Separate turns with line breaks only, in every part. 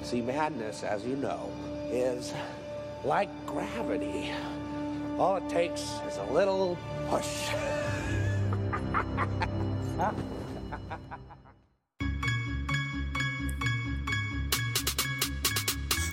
See, madness, as you know, is like gravity. All it takes is a little push.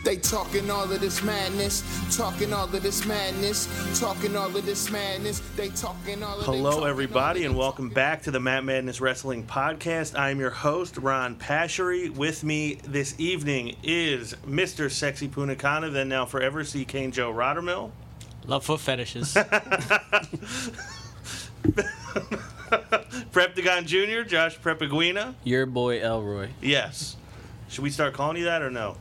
They talking all of this madness, talking all of this madness, talking all of this madness. They talking all of they talking all
Hello,
of
everybody,
they
and welcome
talking-
back to the Matt Madness Wrestling Podcast. I'm your host, Ron Pashery. With me this evening is Mr. Sexy Punakana, then now forever CK Joe Rottermill.
Love foot fetishes.
Preptagon Jr., Josh Prepaguina.
Your boy Elroy.
Yes. Should we start calling you that or no?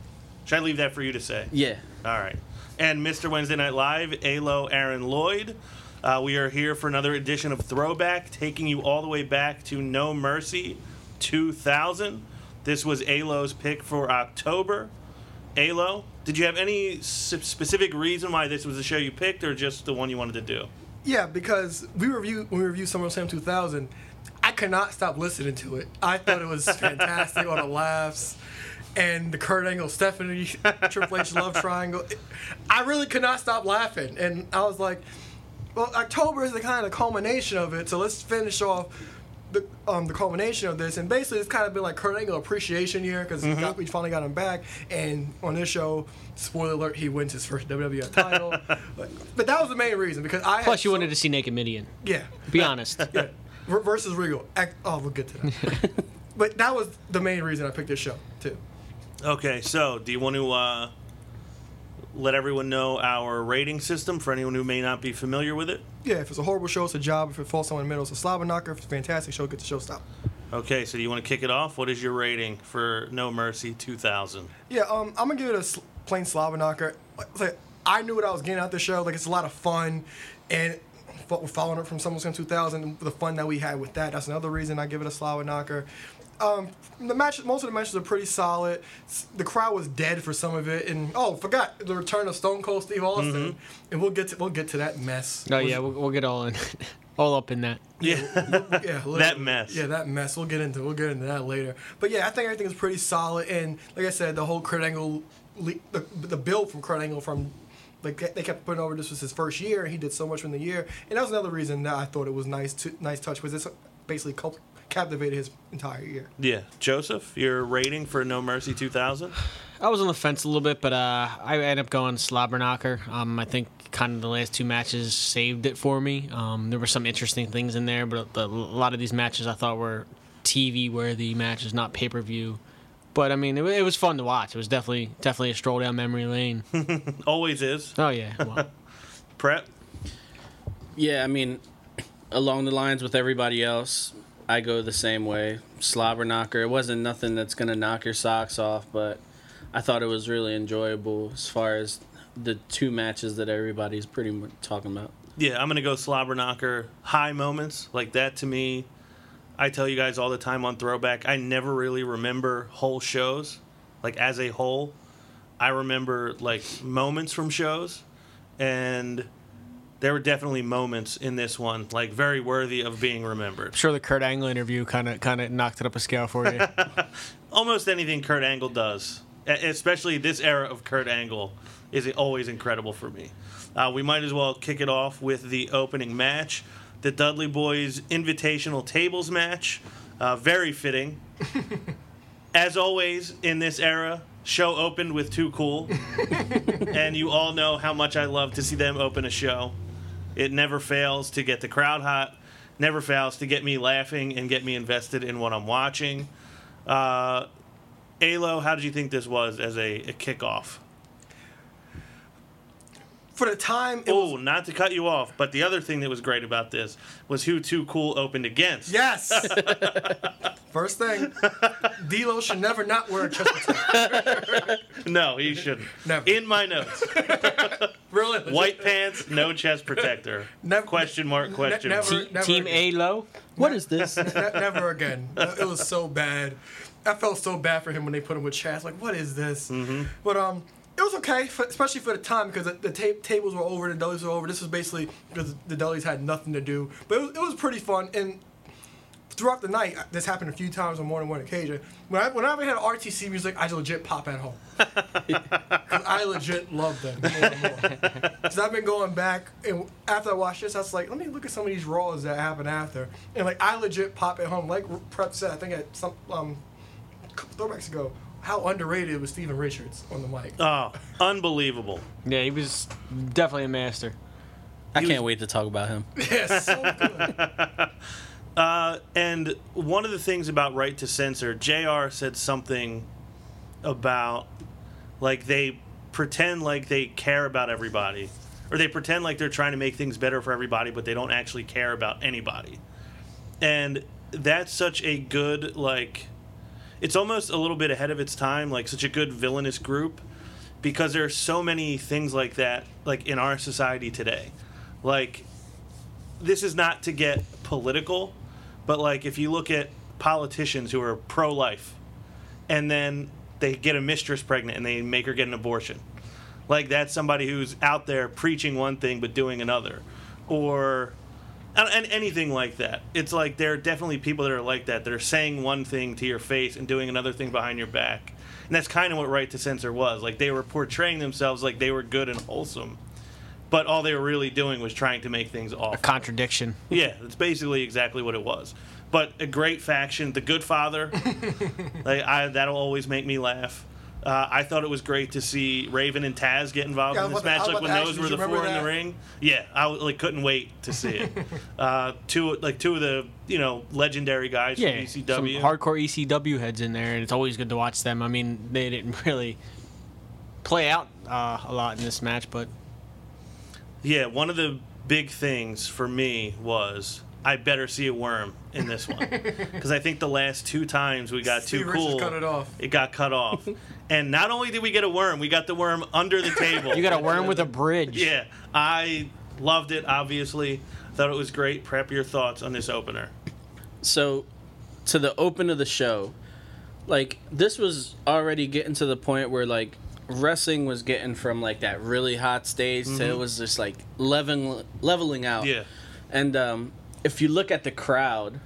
Should I leave that for you to say?
Yeah.
All right. And Mr. Wednesday Night Live, Alo Aaron Lloyd. Uh, we are here for another edition of Throwback, taking you all the way back to No Mercy 2000. This was Alo's pick for October. Alo, did you have any s- specific reason why this was the show you picked or just the one you wanted to do?
Yeah, because we reviewed when we reviewed SummerSlam 2000, I could not stop listening to it. I thought it was fantastic, all the laughs, and the Kurt Angle, Stephanie, Triple H love triangle. I really could not stop laughing, and I was like, "Well, October is the kind of culmination of it, so let's finish off." The, um, the culmination of this, and basically, it's kind of been like Kurt Angle appreciation year because
Mm-hmm.
we finally got him back. And on this show, spoiler alert, he wins his first WWF title. but, but that was the main reason because I
Plus,
had
you
so-
wanted to see Naked Midian.
yeah.
Be honest.
Yeah. Ver- Versus Regal. Act- oh, we'll get to that. but that was the main reason I picked this show, too.
Okay, so do you want to uh, let everyone know our rating system for anyone who may not be familiar with it?
Yeah, if it's a horrible show, it's a job. If it falls someone in the middle, it's a slobber knocker. If it's a fantastic show, get the show stop.
Okay, so do you want to kick it off? What is your rating for No Mercy 2000?
Yeah, um, I'm going to give it a sl- plain slobber knocker. Like, like, I knew what I was getting out the show. Like, it's a lot of fun. And fo- following up from SummerSlam 2000, the fun that we had with that, that's another reason I give it a slobber knocker. Um, the match, most of the matches are pretty solid. S- The crowd was dead for some of it, and oh, forgot the return of Stone Cold Steve Austin, and we'll get to we'll get to that mess.
Mm-hmm. Oh yeah, we'll, we'll get all in, all up in that.
Yeah.
Yeah, literally.
mess.
Yeah, that mess. We'll get into we'll get into that later. But yeah, I think everything is pretty solid. And like I said, the whole Kurt Angle, le- the, the build from Kurt Angle from like they- they kept putting over this was his first year. and He did so much in the year, and that was another reason that I thought it was nice to nice touch was this basically cult- captivated his entire year.
yeah. Joseph, your rating for No Mercy 2000?
I was on the fence a little bit, but uh, I ended up going slobber knocker. Um, I think kind of the last two matches saved it for me. Um, there were some interesting things in there, but the, a lot of these matches I thought were TV worthy matches, not pay per view. But I mean, it, wa- it was fun to watch. It was definitely definitely a stroll down memory lane.
Always is.
Oh yeah, well,
Prep?
Yeah, I mean, along the lines with everybody else, I go the same way. Slobber knocker. It wasn't nothing that's gonna knock your socks off, but I thought it was really enjoyable as far as the two matches that everybody's pretty much talking about.
Yeah, I'm going to go slobber knocker. High moments. Like that to me, I tell you guys all the time on Throwback, I never really remember whole shows. Like as a whole, I remember like moments from shows. And there were definitely moments in this one, like very worthy of being remembered.
sure the Kurt Angle interview kind of kind of knocked it up a scale for you.
almost anything Kurt Angle does, e- especially this era of Kurt Angle, is always incredible for me. Uh, we might as well kick it off with the opening match, the Dudley Boys Invitational Tables match. Uh, very fitting. As always in this era, show opened with Too Cool, and you all know how much I love to see them open a show. It never fails to get the crowd hot, never fails to get me laughing and get me invested in what I'm watching. Uh, Alo, how did you think this was as a, a kickoff?
For the time, it was
Oh, not to cut you off, but the other thing that was great about this was who Too Cool opened against.
yes. First thing, D'Lo should never not wear a chest protector.
No, he shouldn't.
Never.
In my notes,
Really,
white pants, no chest protector.
Never-
question mark? Question
never-
mark.
never
Team
again.
A low. What is this?
Ne- never again. It was so bad. I felt so bad for him when they put him with Chaz. Like, what is this? But um, it was okay, for, especially for the time because the, the ta- tables were over, the delis were over. This was basically because the delis had nothing to do. But it was, it was pretty fun and. throughout the night, this happened a few times on more than one occasion. When I, whenever I had RTC music, I legit pop at home. 'Cause I legit love them. More and more. Because I've been going back, and after I watched this, I was like, let me look at some of these rolls that happened after. And like, I legit pop at home. Like Prep said, I think at some um, couple throwbacks ago, how underrated was Steven Richards on the mic.
Oh, unbelievable.
Yeah, he was definitely a master.
I can't wait to talk about him.
Yes, so good.
Uh, and one of the things about Right to Censor, JR said something about like they pretend like they care about everybody, or they pretend like they're trying to make things better for everybody, but they don't actually care about anybody. And that's such a good, like, it's almost a little bit ahead of its time, like, such a good villainous group because there are so many things like that, like, in our society today. Like, this is not to get political, but like if you look at politicians who are pro life and then they get a mistress pregnant and they make her get an abortion. Like that's somebody who's out there preaching one thing but doing another. Or and, and anything like that. It's like there are definitely people that are like that. They're saying one thing to your face and doing another thing behind your back. And that's kind of what Right to Censor was. Like they were portraying themselves like they were good and wholesome, but all they were really doing was trying to make things awful.
Contradiction.
Yeah, that's basically exactly what it was. But a great faction, the Good Father. like I, that'll always make me laugh. Uh, I thought it was great to see Raven and Taz get involved
Yeah, I
in
was
this
about to-
match. Like
I was about
when
to ask
those
you,
were
did
the
you remember
four in the
that?
ring. Yeah, I like couldn't wait to see it. uh, two like two of the you know legendary guys
Yeah, E
from E ECW.
some hardcore ECW heads in there, and it's always good to watch them. I mean, they didn't really play out uh, a lot in this match, but
Yeah, one of the big things for me was I better see a worm in this one because I think the last two times we got
Steve
too
Richards
cool,
cut it off.
It got cut off, and not only did we get a worm, we got the worm under the table.
you got a worm with a bridge.
yeah. I loved it. Obviously, thought it was great. Prep your thoughts on this opener.
so to the open of the show like this was already getting to the point where like wrestling was getting from like that really hot stage to it was just like leveling leveling out
Yeah.
and um if you look at the crowd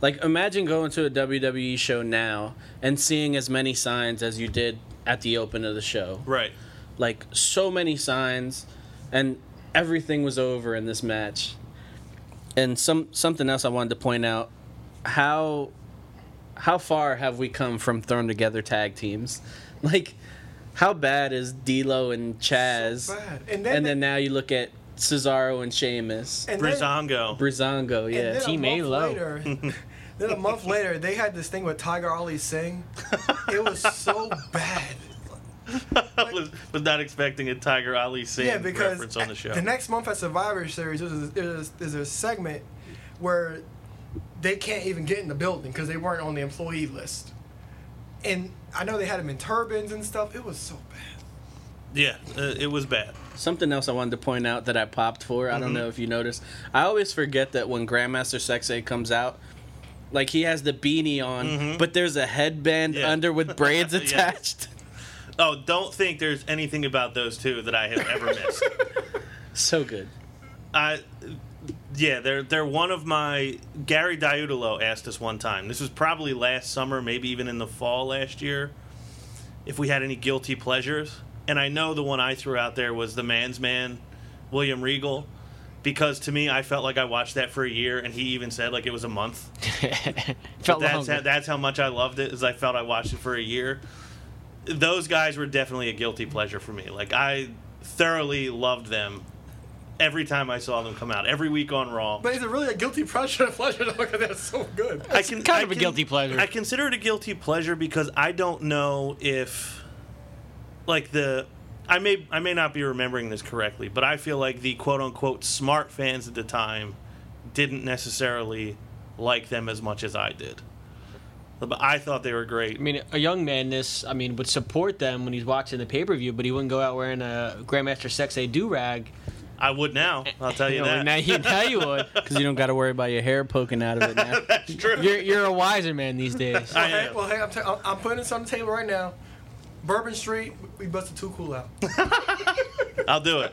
like imagine going to a WWE show now and seeing as many signs as you did at the open of the show
Right.
like so many signs and everything was over in this match and some something else i wanted to point out how how far have we come from thrown together tag teams like how bad is D'Lo and Chaz
So bad. And then-
and then now you look at Cesaro and Sheamus
And then-
Brizongo.
Brizongo
And
yeah
then
Team
a month
A low.
later, then a month later, they had this thing with Tiger Ali Singh. It was so bad.
was, was not expecting a Tiger Ali Singh
Yeah, because
reference on the show.
next month at Survivor Series, there's, there's, there's a segment where they can't even get in the building because they weren't on the employee list. And I know they had them in turbans and stuff. It was so bad.
yeah, uh, it was bad.
Something else I wanted to point out that I popped for. I
Mm-hmm.
don't know if you noticed. I always forget that when Grandmaster Sexay comes out, like he has the beanie on, but there's a headband
Mm-hmm. Yeah.
under with braids
Yeah.
attached.
Oh, don't think there's anything about those two that I have ever missed.
So good.
I, yeah, they're they're one of my. Gary Diudolo asked us one time. This was probably last summer, maybe even in the fall last year, if we had any guilty pleasures. And I know the one I threw out there was the Man's Man, William Regal, because to me I felt like I watched that for a year, and he even said like it was a month.
felt
That's
longer.
how, that's how much I loved it. Is I felt I watched it for a year. Those guys were definitely a guilty pleasure for me. Like I thoroughly loved them every time I saw them come out. Every week on Raw.
But is it really a guilty pleasure to pleasure though? Because that's so good.
I can
kind
I
of a
can-
guilty pleasure.
I consider it a guilty pleasure because I don't know if like the I may I may not be remembering this correctly, but I feel like the quote unquote smart fans at the time didn't necessarily like them as much as I did. But I thought they were great.
I mean, a young man, this I mean, would support them when he's watching the pay per view, but he wouldn't go out wearing a Grandmaster Sexay do rag.
I would now. I'll tell you that.
Now you, now you would.
Because you don't got to worry about your hair poking out of it now.
It's true.
You're, you're a wiser man these days.
I
Hey,
am.
well, hey, I'm, t- I'm I'm putting this on the table right now. Bourbon Street, we busted two cool out.
I'll do it.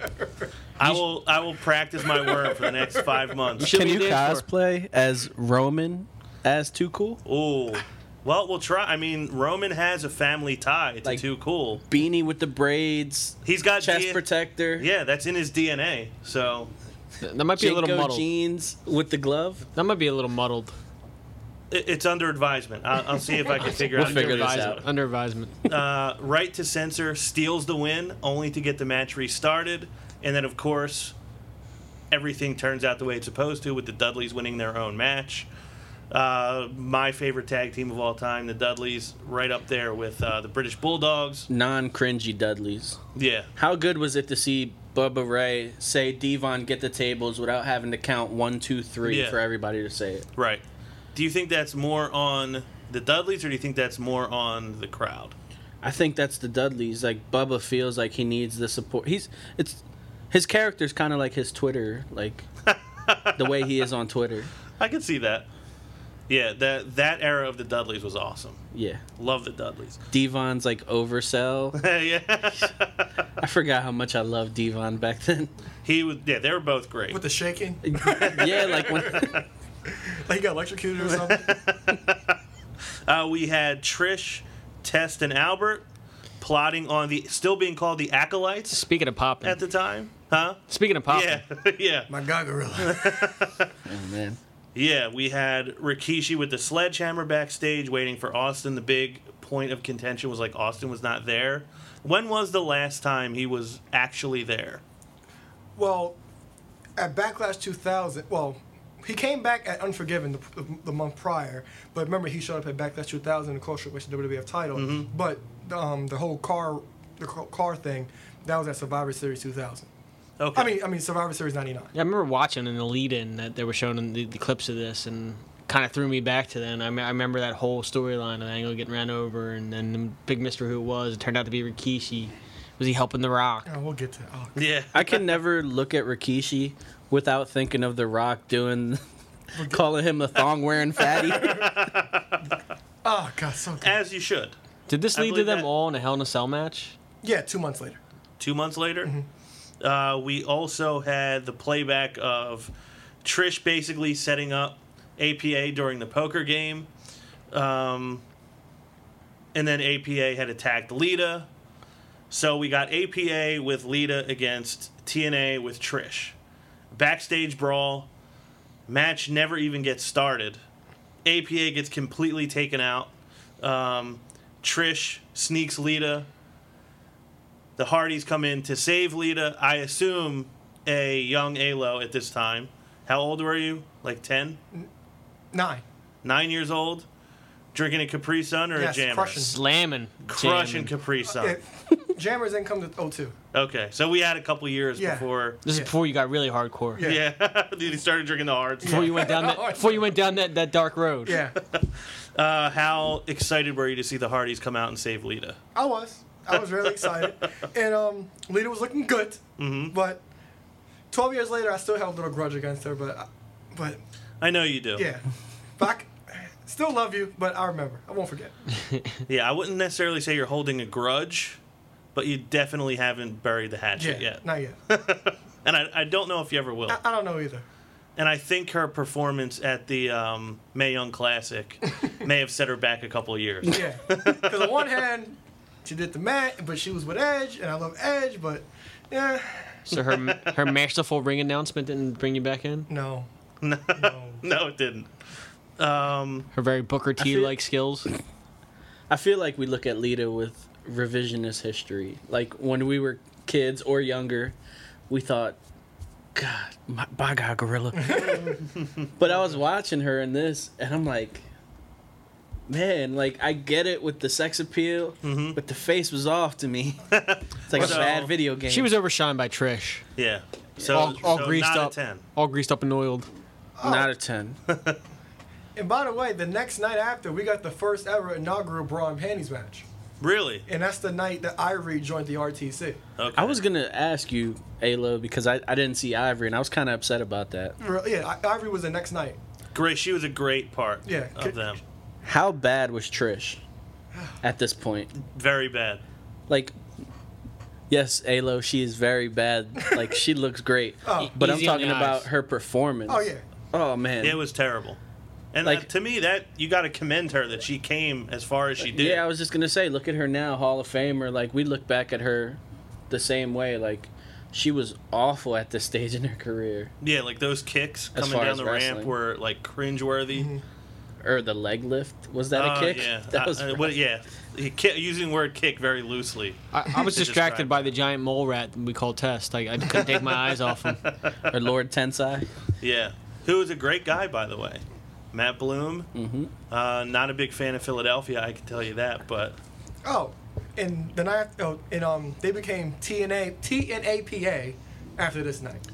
I will. I will practice my word for the next five months.
Should
Can
we
you
dance for-
cosplay as Roman as too cool?
Ooh. Well, we'll try. I mean, Roman has a family tie to
Like-
Too Cool.
Beanie with the braids,
He's got
chest
D-
protector,
Yeah, that's in his DNA. So
Th- That might be a little
Jinko
muddled.
jeans with the glove.
That might be a little muddled.
it, it's under advisement. I'll, I'll see if I can figure
We'll
out.
figure this
Advisement-
out.
Under advisement.
Uh, right to censor steals the win, only to get the match restarted, and then of course, everything turns out the way it's supposed to, with the Dudleys winning their own match. Uh, my favorite tag team of all time, the Dudleys, right up there with uh, the British Bulldogs.
Non cringy Dudleys.
Yeah,
How good was it to see Bubba Ray say Devon get the tables without having to count one, two, three
Yeah.
for everybody to say it?
right. Do you think that's more on the Dudleys, or do you think that's more on the crowd?
I think that's the Dudleys. Like Bubba feels like he needs the support. He's it's his character's kind of like his Twitter, like the way he is on Twitter.
I can see that. Yeah, that that era of the Dudleys was awesome.
Yeah,
Love the Dudleys.
Devon's like oversell.
yeah,
I forgot how much I loved Devon back then.
he was. Yeah, they were both great.
With the shaking,
yeah, like when
like he got electrocuted or something.
Uh, we had Trish, Test, and Albert plotting on the still being called the acolytes
Speaking of popping.
at the time, huh?
Speaking of popping.
Yeah, yeah,
My God, gorilla.
oh, man,
yeah. We had Rikishi with the sledgehammer backstage waiting for Austin. The big point of contention was like Austin was not there. When was the last time he was actually there?
Well, at Backlash 2000, well, he came back at Unforgiven the, the, the month prior, but remember he showed up at Backlash 2000 and cross with the WWF title. But um, the whole car, the ca- car thing, that was at Survivor Series 2000.
Okay,
I mean, I mean Survivor Series 99.
Yeah, I remember watching in the lead-in that they were showing in the, the clips of this, and kind of threw me back to then. I, me- I remember that whole storyline of Angle getting ran over, and then the Big Mister Who it was it turned out to be Rikishi. Was he helping The Rock?
Oh, we'll get to. Oh,
yeah.
I can never look at Rikishi without thinking of The Rock doing, calling him a thong wearing fatty.
oh God, so good.
As you should.
Did this
I
lead to
believe
them
that-
all in a Hell in a Cell match?
Yeah, two months later.
two months later. Uh, we also had the playback of Trish basically setting up APA during the poker game. Um, and then APA had attacked Lita. So we got APA with Lita against TNA with Trish. Backstage brawl. Match never even gets started. APA gets completely taken out. Um, Trish sneaks Lita the Hardys come in to save Lita. I assume a young Alo at this time. How old were you? Like 10?
Nine.
Nine years old? Drinking a Capri Sun or
Yes,
a jammer?
crushing.
Slamming,
Crushing
jamming.
Capri Sun.
It, Jammers didn't come to 02.
Okay, so we had a couple years
Yeah.
before.
This is
Yeah.
before you got really hardcore.
Yeah.
Yeah, Oh, he started drinking the hard stuff.
Before you went down that. Before you went down that, that dark road.
Yeah,
Uh, how excited were you to see the Hardys come out and save Lita?
I was. I was really excited, and um, Lita was looking good. Mm-hmm. But twelve years later, I still held a little grudge against her. But, I- but
I know you do.
yeah, but I c- still love you. But I remember. I won't forget.
Yeah, I wouldn't necessarily say you're holding a grudge, but you definitely haven't buried the
Yeah,
hatchet yet.
not yet.
And I, I don't know if you ever will.
I, I don't know either.
and I think her performance at the um, Mae Young Classic may have set her back a couple of years.
Yeah, because on one hand, she did the mat, but she was with Edge, and I love Edge, but yeah,
So her her masterful ring announcement didn't bring you back in.
no, no.
No, it didn't.
Her very Booker T like skills.
I feel like we look at Lita with revisionist history. Like when we were kids or younger, we thought, God, my, by God, gorilla. but I was watching her in this, and I'm like, man, like I get it with the sex appeal, but the face was off to me. It's like
So-
a bad video game.
She was overshined by Trish.
Yeah. So,
all all
so
greased
not
up.
a ten.
All greased up and oiled.
not a ten.
And by the way, the next night after, we got the first ever inaugural bra and panties match.
Really?
And that's the night that Ivory joined the RTC.
Okay.
I was gonna ask you, Alo, because I, I didn't see Ivory, and I was kind of upset about that.
Re- Yeah, I- Ivory was the next night.
great. She was a great part.
Yeah.
Of them.
How bad was Trish at this point?
Very bad.
like yes Alo she is very bad like she looks great
Oh.
but
E-, Easy
I'm
on
talking
the eyes.
about her performance
Oh, yeah.
oh man
It was terrible. And
Like-
uh, to me, that you got to commend her that she came as far as she did.
Yeah, I was just gonna say, look at her now, Hall of Famer. Like we look back at her, the same way. Like she was awful at this stage in her career,
Yeah, like those kicks
As
coming
far
down
as
the ramp
wrestling.
were like cringeworthy.
Mm-hmm.
or the leg lift. Was that
Oh,
a kick?
Yeah,
That was.
I, I- what- yeah. He ki- using the word kick very loosely.
I, I was
To
distracted
describe
by the giant mole rat that we call Test. I, I couldn't take my eyes off him.
or Lord Tensai.
Yeah, who is a great guy, by the way. Matt Bloom. Mm-hmm. Uh, not a big fan of Philadelphia, I can tell you that. But
Oh, and the night oh, and um, they became TNA TNAPA after this night.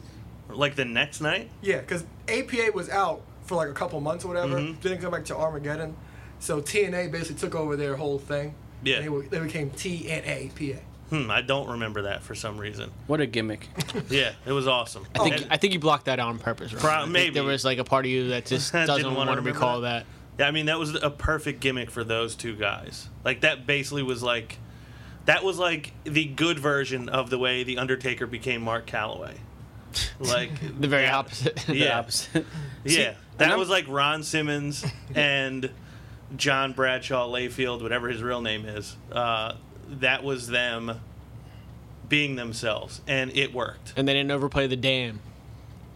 like the next night,
Yeah, because APA was out for like a couple months or whatever. Didn't come back to Armageddon, so TNA basically took over their whole thing.
Yeah.
and they, were, they became TNAPA.
hmm, I don't remember that for some reason.
What a gimmick.
Yeah, it was awesome.
I think, I think you blocked that out on purpose. Right?
Pro-
I think
maybe.
there was like a part of you that just
Didn't
doesn't
wanna
want to
remember
recall
that.
that.
Yeah, I mean that was a perfect gimmick for those two guys. Like that basically was like that was like the good version of the way the Undertaker became Mark Calloway. Like
The very opposite.
The
yeah,
opposite.
yeah.
and
That
I'm-
was like Ron Simmons and John Bradshaw Layfield, whatever his real name is. Uh, that was them being themselves, and it worked.
and they didn't overplay the dam.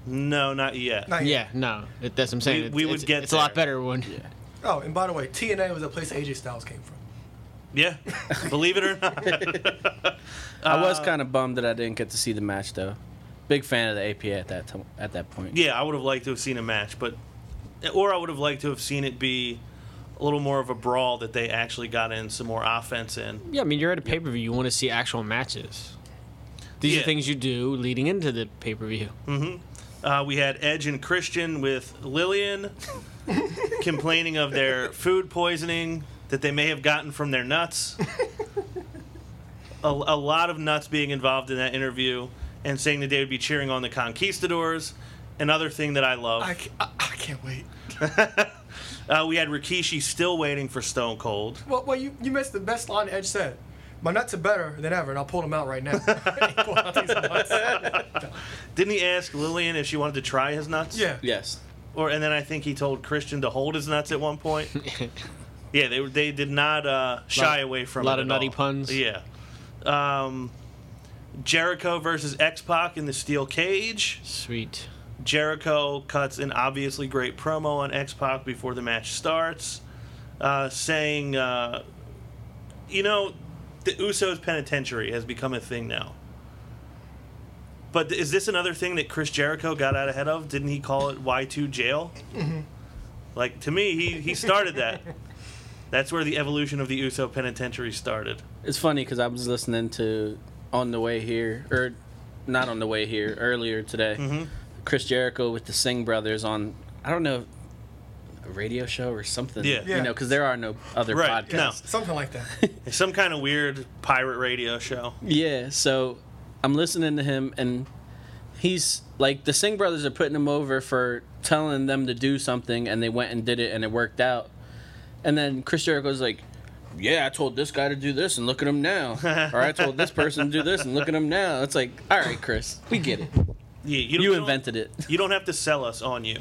No, not yet.
Not
Yeah, no, it, that's what I'm saying.
We-
It-
we would
it's,
get
It's a lot
there.
better when.
Oh, and by the way, TNA was a place AJ Styles came from.
Yeah, believe it or not.
I was kind of bummed that I didn't get to see the match though. Big fan of the APA at that t- at that point.
Yeah, I would have liked to have seen a match, but or I would have liked to have seen it be a little more of a brawl that they actually got in some more offense in.
Yeah, I mean, you're at a pay per view. You want to see actual matches. These
Yeah.
are things you do leading into the pay per view.
Uh, we had Edge and Christian with Lillian complaining of their food poisoning that they may have gotten from their nuts. A, a lot of nuts being involved in that interview and saying that they would be cheering on the conquistadors. Another thing that I love.
I, ca- I, I can't wait.
Uh, we had Rikishi still waiting for Stone Cold.
Well, well, you you missed the best line Edge said. My nuts are better than ever, and I'll pull them out right now. He pulled out these nuts.
Didn't he ask Lillian if she wanted to try his nuts?
Yeah.
Yes.
or and then I think he told Christian to hold his nuts at one point. yeah, they were- they did not uh, shy
Lot-
away from
lot
it
of
at
nutty
all.
puns.
Yeah, um, Jericho versus X Pac in the steel cage.
Sweet.
Jericho cuts an obviously great promo on X Pac before the match starts, uh, saying, uh, "You know, the Usos penitentiary has become a thing now." But is this another thing that Chris Jericho got out ahead of? Didn't he call it Y two jail? Like to me, he he started that. That's where the evolution of the Uso penitentiary started.
It's funny because I was listening to on the way here, or not on the way here, earlier today.
Mm-hmm.
Chris Jericho with the Singh brothers on I don't know a radio show or something.
Yeah.
Yeah.
You know, because there are no other
Right,
podcasts.
no.
Something like that.
Some kind of weird pirate radio show.
Yeah, so I'm listening to him, and he's like, the Singh brothers are putting him over for telling them to do something, and they went and did it, and it worked out. And then Chris Jericho's like, yeah, I told this guy to do this, and look at him now. or I told this person to do this, and look at him now. It's like, all right, Chris, we get it.
Yeah, you,
You
don't-
invented it.
You don't have to sell us on you.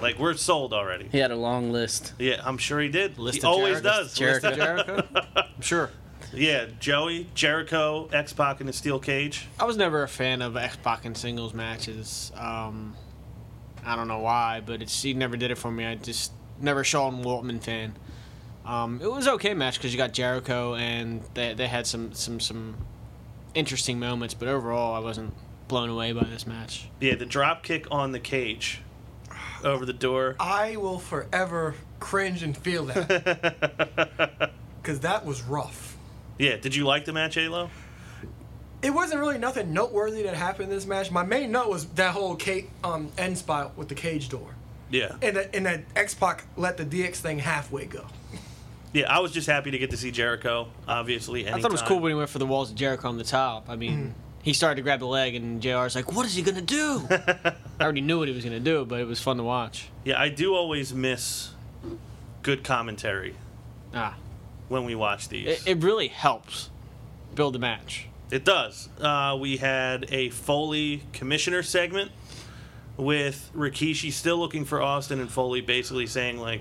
Like we're sold already.
He had a long list.
Yeah, I'm sure he did.
List
he
of
always
Jericho-
does.
Jericho.
Jericho? I'm sure.
Yeah, Joey, Jericho, X Pac in the steel cage.
I was never a fan of X Pac in singles matches. Um, I don't know why, but it's he never did it for me. I just never Sean Waltman fan. Um, it was okay match because you got Jericho and they, they had some some some interesting moments, but overall I wasn't blown away by this match.
Yeah, the drop kick on the cage over the door.
I will forever cringe and feel that. Because that was rough.
Yeah, did you like the match, Alo?
It wasn't really nothing noteworthy that happened in this match. My main note was that whole Kate um, end spot with the cage door.
Yeah.
And that, and that X Pac let the DX thing halfway go.
Yeah, I was just happy to get to see Jericho, obviously.
I thought it was cool when he went for the walls of Jericho on the top. I mean, he started to grab the leg and JR's like, "What is he gonna do?" I already knew what he was gonna do, but it was fun to watch.
Yeah, I do always miss good commentary
Ah,
when we watch these.
it, it really helps build the match.
It does. Uh, we had a Foley commissioner segment with Rikishi still looking for Austin and Foley basically saying like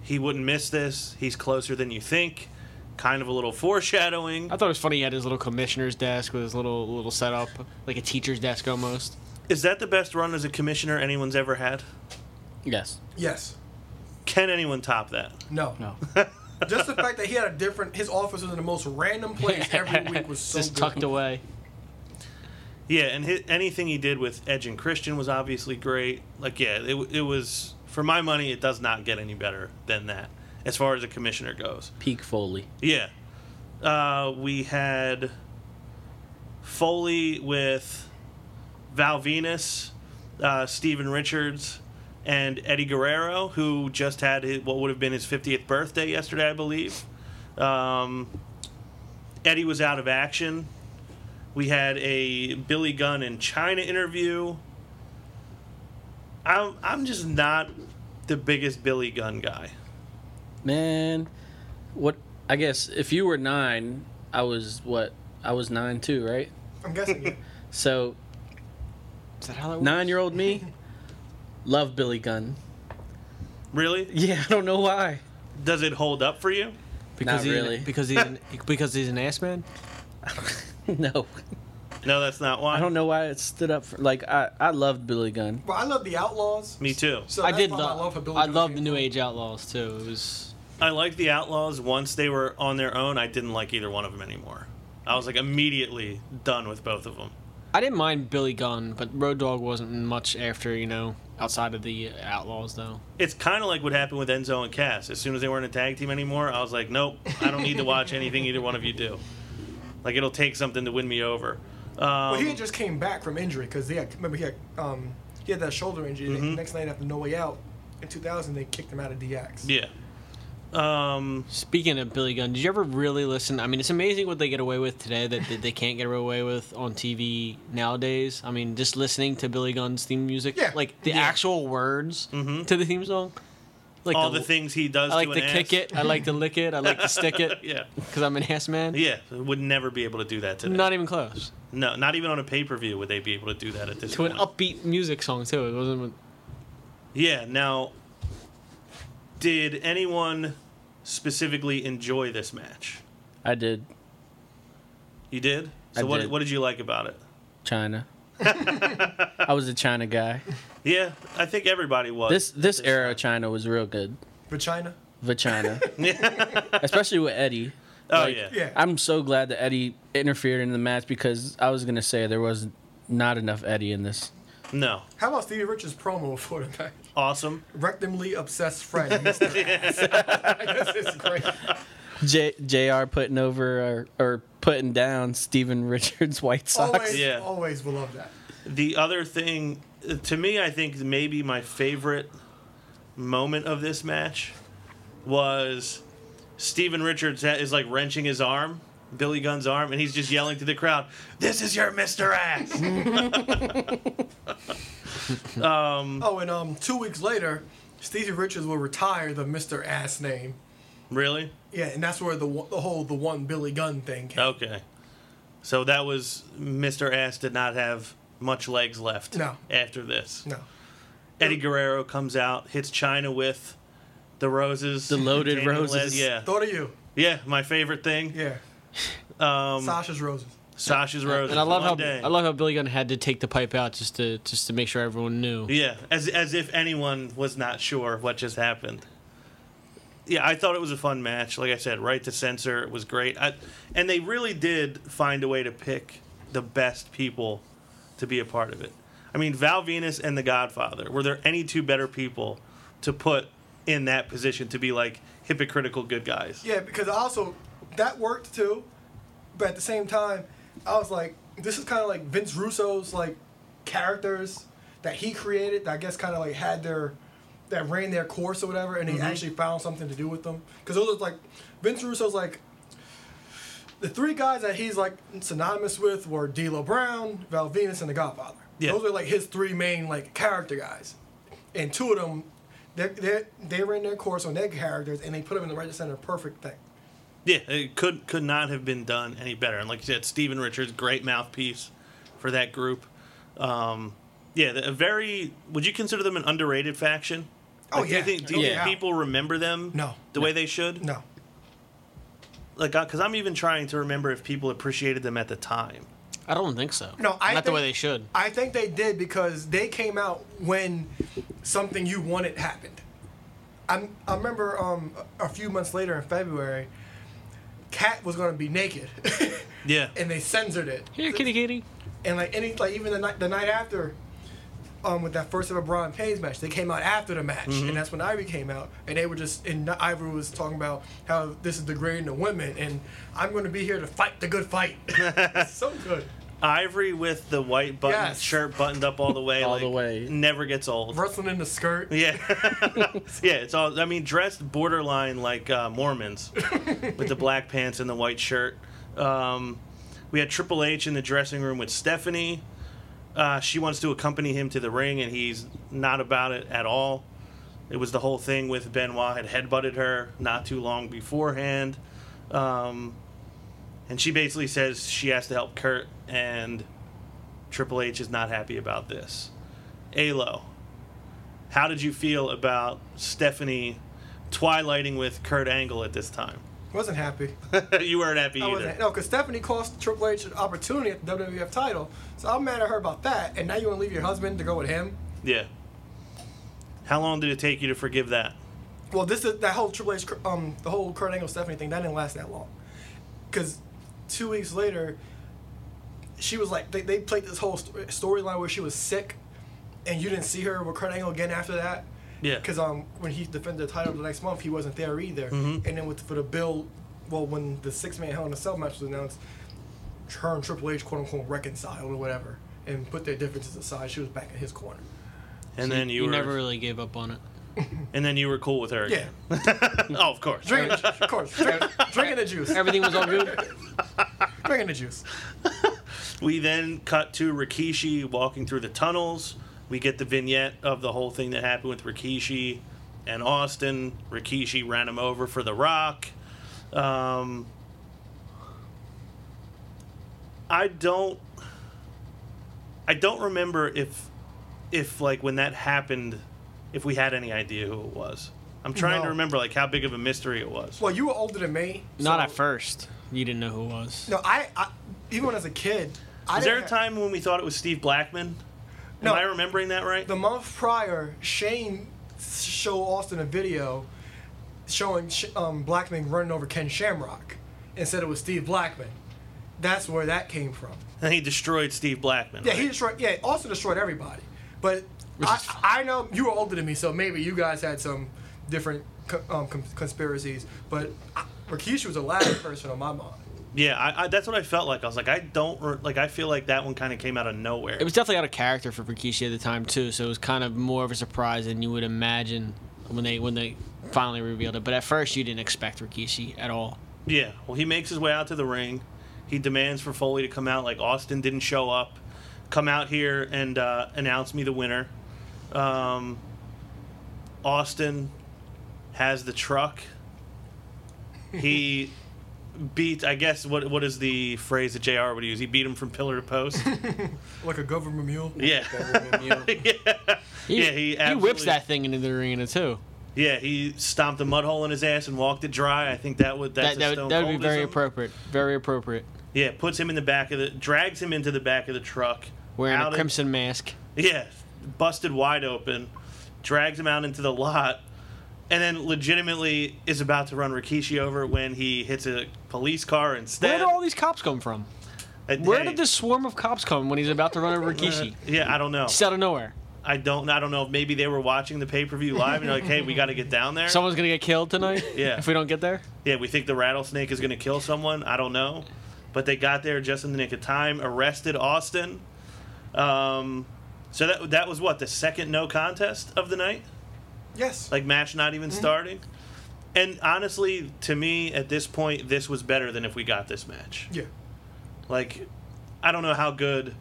he wouldn't miss this. He's closer than you think. Kind of a little foreshadowing.
I thought it was funny he had his little commissioner's desk with his little little setup, like a teacher's desk almost.
Is that the best run as a commissioner anyone's ever had?
Yes.
Yes.
Can anyone top that?
No.
No.
Just the fact that he had a different. His office was in the most random place every week was so
Just
good.
tucked away.
Yeah, and hi anything he did with Edge and Christian was obviously great. Like, yeah, it, w- it was, for my money, it does not get any better than that as far as a commissioner goes.
Peak Foley.
Yeah. Uh, we had Foley with Val Venus, uh, Steven Richards, and Eddie Guerrero, who just had his, what would have been his 50th birthday yesterday, I believe. Um, Eddie was out of action. We had a Billy Gunn in China interview. I'm, I'm just not the biggest Billy Gunn guy.
Man, what? I guess if you were nine, I was what? I was nine too, right?
I'm guessing. Yeah.
So
Is that how that works?
nine-year-old me, love Billy Gunn.
Really?
Yeah, I don't know why.
Does it hold up for you?
Because
Not
he's
really.
An, because he's an, because he's an ass man.
no,
No, that's not why.
I don't know why it stood up for. Like I, I loved Billy Gunn.
Well, I love the Outlaws.
Me too.
So
I
that's
did
why
love.
my love for Billy
I
Gunn
love
came
the New
from.
Age Outlaws too. It was
I liked the Outlaws once they were on their own. I didn't like either one of them anymore. I was like immediately done with both of them.
I didn't mind Billy Gunn, but Road Dog wasn't much after you know outside of the Outlaws though.
It's kind of like what happened with Enzo and Cass. As soon as they weren't a tag team anymore, I was like, nope, I don't need to watch anything either one of you do. Like it'll take something to win me over. Um,
Well, he had just came back from injury because yeah, remember he had um he had that shoulder injury.
Mm-hmm.
The next night after No Way Out in 2000, they kicked him out of DX.
yeah. Um,
Speaking of Billy Gunn, did you ever really listen? I mean, it's amazing what they get away with today that that they can't get away with on TV nowadays. I mean, just listening to Billy Gunn's theme music,
Yeah.
like the actual words to the theme song, like
Mm-hmm. all the, things he does.
I like
to
to
an
kick
ass.
it. I like to lick it. I like to stick it.
Yeah.
because I'm an ass man.
Yeah, would never be able to do that today.
Not even close
no, not even on a pay per view would they be able to do that at this
to an
point.
upbeat music song too. It wasn't.
Yeah, now did anyone specifically enjoy this match?
I did
You did? So
I
what
did.
what did you like about it?
China. I was a China guy.
Yeah, I think everybody was.
This this era of China was real good.
But China,
Vagina,
Yeah.
especially with Eddie.
oh
Like,
yeah.
yeah,
I'm so glad that Eddie interfered in the match because I was gonna say there was not enough Eddie in this.
No.
How about Stevie Richards' promo for the match?
Awesome.
Rectumly obsessed friend, Mr. Ass. I guess it's great.
J- Jr. putting over or, or putting down Steven Richards' White Sox.
Always,
Yeah.
always will love that.
The other thing to me I think maybe my favorite moment of this match was Steven Richards ha- is like wrenching his arm, Billy Gunn's arm, and he's just yelling to the crowd, "This is your Mr. Ass." Mm.
Oh, and um, two weeks later, Stevie Richards will retire the Mr. Ass name.
really?
Yeah, and that's where the one- the whole the one Billy Gunn thing came.
Okay. So that was Mr. Ass did not have much legs left
No.
after this.
No,
Eddie Guerrero comes out, hits China with the roses. The
loaded roses.
Yeah.
thought of you.
Yeah, my favorite thing.
Yeah,
Um,
Sasha's roses.
Sasha's roses.
And I love
one
how
day.
I love how Billy Gunn had to take the pipe out just to just to make sure everyone knew.
Yeah, as as if anyone was not sure what just happened. Yeah, I thought it was a fun match. Like I said, right to censor was great. I, and they really did find a way to pick the best people to be a part of it. I mean, Val Venus and The Godfather. Were there any two better people to put in that position to be like hypocritical good guys?
Yeah, because also that worked too, but at the same time, I was like, this is kind of like Vince Russo's like characters that he created. That I guess kind of like had their that ran their course or whatever, and he actually found something to do with them. Because those was like Vince Russo's like the three guys that he's like synonymous with were D'Lo Brown, Val Venus, and The Godfather.
Yeah.
Those were like his three main like character guys, and two of them. They they they ran their course on their characters and they put them in the right center, perfect thing.
Yeah, it could could not have been done any better. And like you said, Steven Richards, great mouthpiece for that group. Um, yeah, the- a very. Would you consider them an underrated faction?
Oh,
Like, Do you
yeah.
think, do you
Oh,
think
yeah.
people remember them?
No.
The way they should.
No.
Like, because I'm even trying to remember if people appreciated them at the time.
I don't think so.
No, I
not the
think-
way they should.
I think they did because they came out when something you wanted happened. I I remember um, a a few months later in February, Cat was gonna be naked,
Yeah.
and they censored it.
Here, kitty, kitty.
And like any like even the night the night after, um, with that first ever Braun Page match, they came out after the match,
Mm-hmm.
and that's when Ivory came out, and they were just and Ivory was talking about how this is degrading to women, and I'm gonna be here to fight the good fight. so good,
Ivory with the white button
Yes.
shirt buttoned up all the way.
All
like,
the way.
Never gets old.
wrestling in the skirt.
Yeah, yeah. It's all. I mean, dressed borderline like uh, Mormons, with the black pants and the white shirt. Um, we had Triple H in the dressing room with Stephanie. Uh, she wants to accompany him to the ring, and he's not about it at all. It was the whole thing with Benoit had headbutted her not too long beforehand, um, and she basically says she has to help Kurt, and Triple H is not happy about this. Alo, how did you feel about Stephanie twilighting with Kurt Angle at this time?
Wasn't happy.
you weren't happy
I
either.
wasn't. No, because Stephanie cost Triple H an opportunity at the WWF title. So I'm mad at her about that. And now you want to leave your husband to go with him?
Yeah. How long did it take you to forgive that?
Well, this is that whole Triple H, um, the whole Kurt Angle Stephanie thing. That didn't last that long. Because two weeks later, she was like, they, they played this whole st- storyline where she was sick, and you didn't see her with Kurt Angle again after that.
Yeah.
Because um, when he defended the title the next month, he wasn't there either. And then with for the Bill, well, when the six man Hell in a Cell match was announced, her and Triple H quote unquote reconciled or whatever, and put their differences aside. She was back in his corner.
and then you,
You
were,
never really gave up on it.
and then you were cool with her.
Yeah,
Again. oh, of course.
drinking, of course, drink, drinking the juice,
Everything was all good.
drinking the juice.
We then cut to Rikishi walking through the tunnels. We get the vignette of the whole thing that happened with Rikishi and Austin. Rikishi ran him over for The Rock. Um, I don't. I don't remember if, if like when that happened, if we had any idea who it was. I'm trying to
No.
remember like how big of a mystery it was.
Well, you were older than me.
Not
so-
at first. You didn't know who it was.
No, I, I even when I was a kid, I
Is there a
didn't-
time when we thought it was Steve Blackman?
No.
Am I remembering that right?
the month prior, Shane showed Austin a video showing Sh- um, Blackman running over Ken Shamrock and said it was Steve Blackman. That's where that came from.
And he destroyed Steve Blackman.
Yeah,
right?
he destroyed. Yeah, Austin destroyed everybody. But I, I know you were older than me, so maybe you guys had some different co- um, com- conspiracies. But I, Rikishi was the last person on my mind.
Yeah, I, I, that's what I felt like. I was like, I don't re- like. I feel like that one kind of came out of nowhere.
It was definitely out of character for Rikishi at the time too, so it was kind of more of a surprise than you would imagine when they when they finally revealed it. But at first, you didn't expect Rikishi at all.
yeah. Well, he makes his way out to the ring. He demands for Foley to come out. Like Austin didn't show up. Come out here and uh, announce me the winner. Um, Austin has the truck. He beat. I guess what what is the phrase that Jr. would use? He beat him from pillar to post.
Like a government mule.
yeah.
You-
He,
Yeah, he
he whips
absolutely-
that thing into the arena too.
Yeah, he stomped a mud hole in his ass and walked it dry. I think that would that's
That that,
a
would-
Stone
that would be
Coldism.
very appropriate. Very appropriate.
Yeah, puts him in the back of the drags him into the back of the truck.
Wearing
out
a
in-
crimson mask.
yeah, busted wide open, drags him out into the lot, and then legitimately is about to run Rikishi over when he hits a police car
Where
instead.
did all these cops come from?
Uh,
Where
hey,
did this swarm of cops come when he's about to run over Rikishi?
Uh, Yeah, I don't know.
Just out of nowhere.
I don't. I don't know if maybe they were watching the pay per view live and they're like, "Hey, we got to get down there."
Someone's gonna get killed tonight.
Yeah.
If we don't get there.
Yeah, we think the rattlesnake is going to kill someone. I don't know. But they got there just in the nick of time, arrested Austin. Um, so that that was what the second no contest of the night,
Yes.
like match not even starting. And honestly, to me at this point, this was better than if we got this match.
yeah.
Like, I don't know how good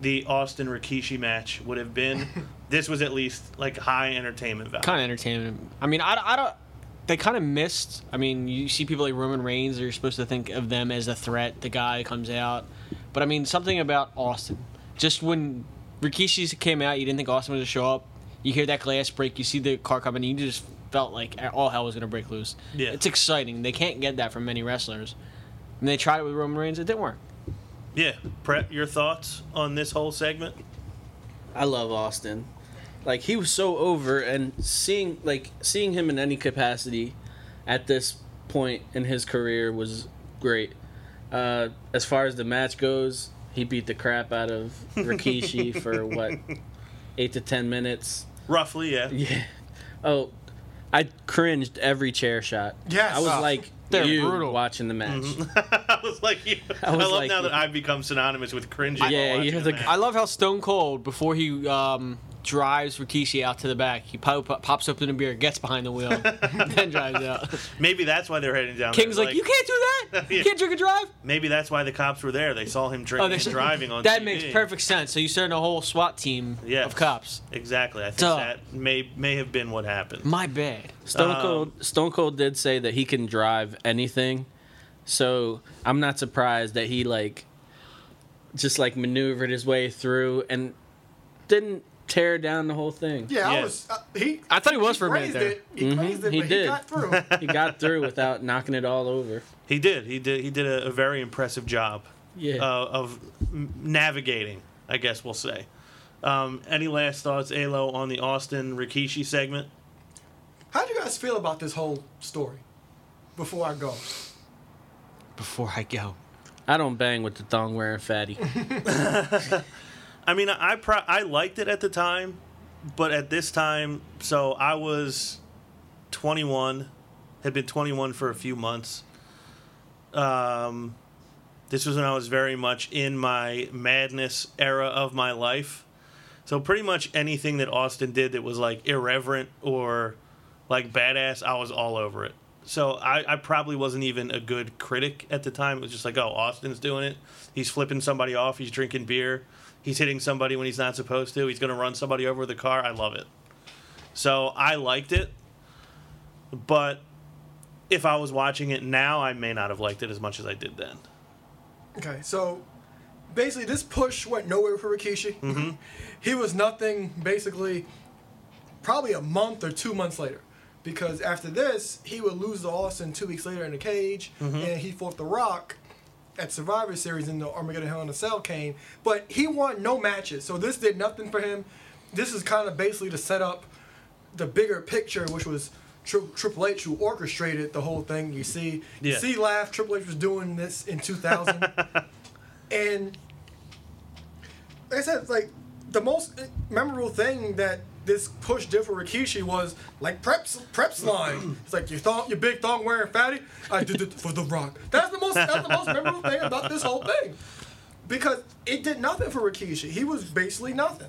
the Austin Rikishi match would have been. this was at least like high entertainment value.
kind of entertaining. I mean, I, I don't. They kind of missed. I mean, you see people like Roman Reigns, or you're supposed to think of them as a threat, the guy who comes out. But I mean, something about Austin. Just when Rikishi came out, you didn't think Austin was gonna show up. You hear that glass break, you see the car coming, you just felt like all hell was gonna break loose.
Yeah.
it's exciting. They can't get that from many wrestlers. And they tried it with Roman Reigns, it didn't work.
Yeah, Brett, your thoughts on this whole segment?
I love Austin. Like he was so over and seeing like seeing him in any capacity at this point in his career was great. Uh, as far as the match goes, he beat the crap out of Rikishi for what eight to ten minutes.
Roughly, yeah.
Yeah. Oh, I cringed every chair shot.
Yes.
I was
Oh,
like
they're
you
brutal.
watching the match.
I was like, you. I,
I was
love
like-
now that I've become synonymous with cringy. while
Yeah,
watching
you're
a
the
match.
I love how Stone Cold, before he um, drives Rikishi out to the back, he pop- pops open a beer, gets behind the wheel, then drives out.
Maybe that's why they're heading down.
King's
there.
like, you can't do that.
Yeah.
You can't drink and drive.
Maybe that's why the cops were there. They saw him drinking
Oh, they
and
should-
driving on.
That
TV.
makes perfect sense. So you starting a whole SWAT team
Yes.
of cops.
Exactly. I think
Duh.
that may may have been what happened.
My bad.
Stone
Um,
Cold Stone Cold did say that he can drive anything. So I'm not surprised that he like just like maneuvered his way through and didn't tear down the whole thing.
Yeah,
Yeah.
I was. Uh, he.
I thought he was for a minute
praised
there. Mm-hmm.
it. He praised it,
he
but
did.
he got through.
He got through without knocking it all over.
He did. He did. He did a, a very impressive job
Yeah.
uh, of m- navigating. I guess we'll say. Um, any last thoughts, Alo, on the Austin Rikishi segment?
How do you guys feel about this whole story? Before I go,
Before I go,
I don't bang with the thong wearing fatty.
I mean, I pro- I liked it at the time, but at this time, so I was 21, had been 21 for a few months. Um, this was when I was very much in my madness era of my life. So pretty much anything that Austin did that was like irreverent or like badass, I was all over it. So I, I probably wasn't even a good critic at the time. It was just like, oh, Austin's doing it. He's flipping somebody off. He's drinking beer. He's hitting somebody when he's not supposed to. He's going to run somebody over with a car. I love it. So I liked it. But if I was watching it now, I may not have liked it as much as I did then.
okay, so basically this push went nowhere for Rikishi. he was nothing basically, probably a month or two months later, because after this he would lose to Austin two weeks later in the cage, and he fought The Rock at Survivor Series in the Armageddon Hell in a Cell came, but he won no matches, so this did nothing for him. This is kind of basically to set up the bigger picture, which was Tri- Triple H who orchestrated the whole thing. You see, you
Yeah.
see, laugh. Triple H was doing this in 2000, and like I said, like the most memorable thing that this push did for Rikishi was like preps preps line. It's like you thought you big thong wearing fatty. I did it for the Rock. That's the most that's the most memorable thing about this whole thing, because it did nothing for Rikishi. He was basically nothing.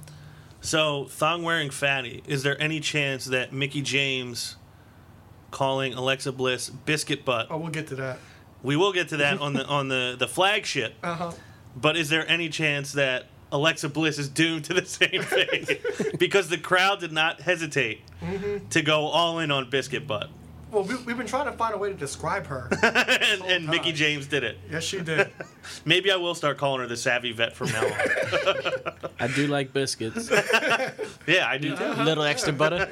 So, thong wearing fatty, is there any chance that Mickey James calling Alexa Bliss biscuit butt?
Oh, we'll get to that.
We will get to that on the on the the flagship.
Uh huh.
But is there any chance that Alexa Bliss is doomed to the same fate because the crowd did not hesitate to go all in on Biscuit Butt,
Well, we, we've been trying to find a way to describe her.
and, and Mickey
time.
James did it.
yes, she did.
Maybe I will start calling her the savvy vet from now on.
I do like biscuits.
yeah, I do too.
little extra butter.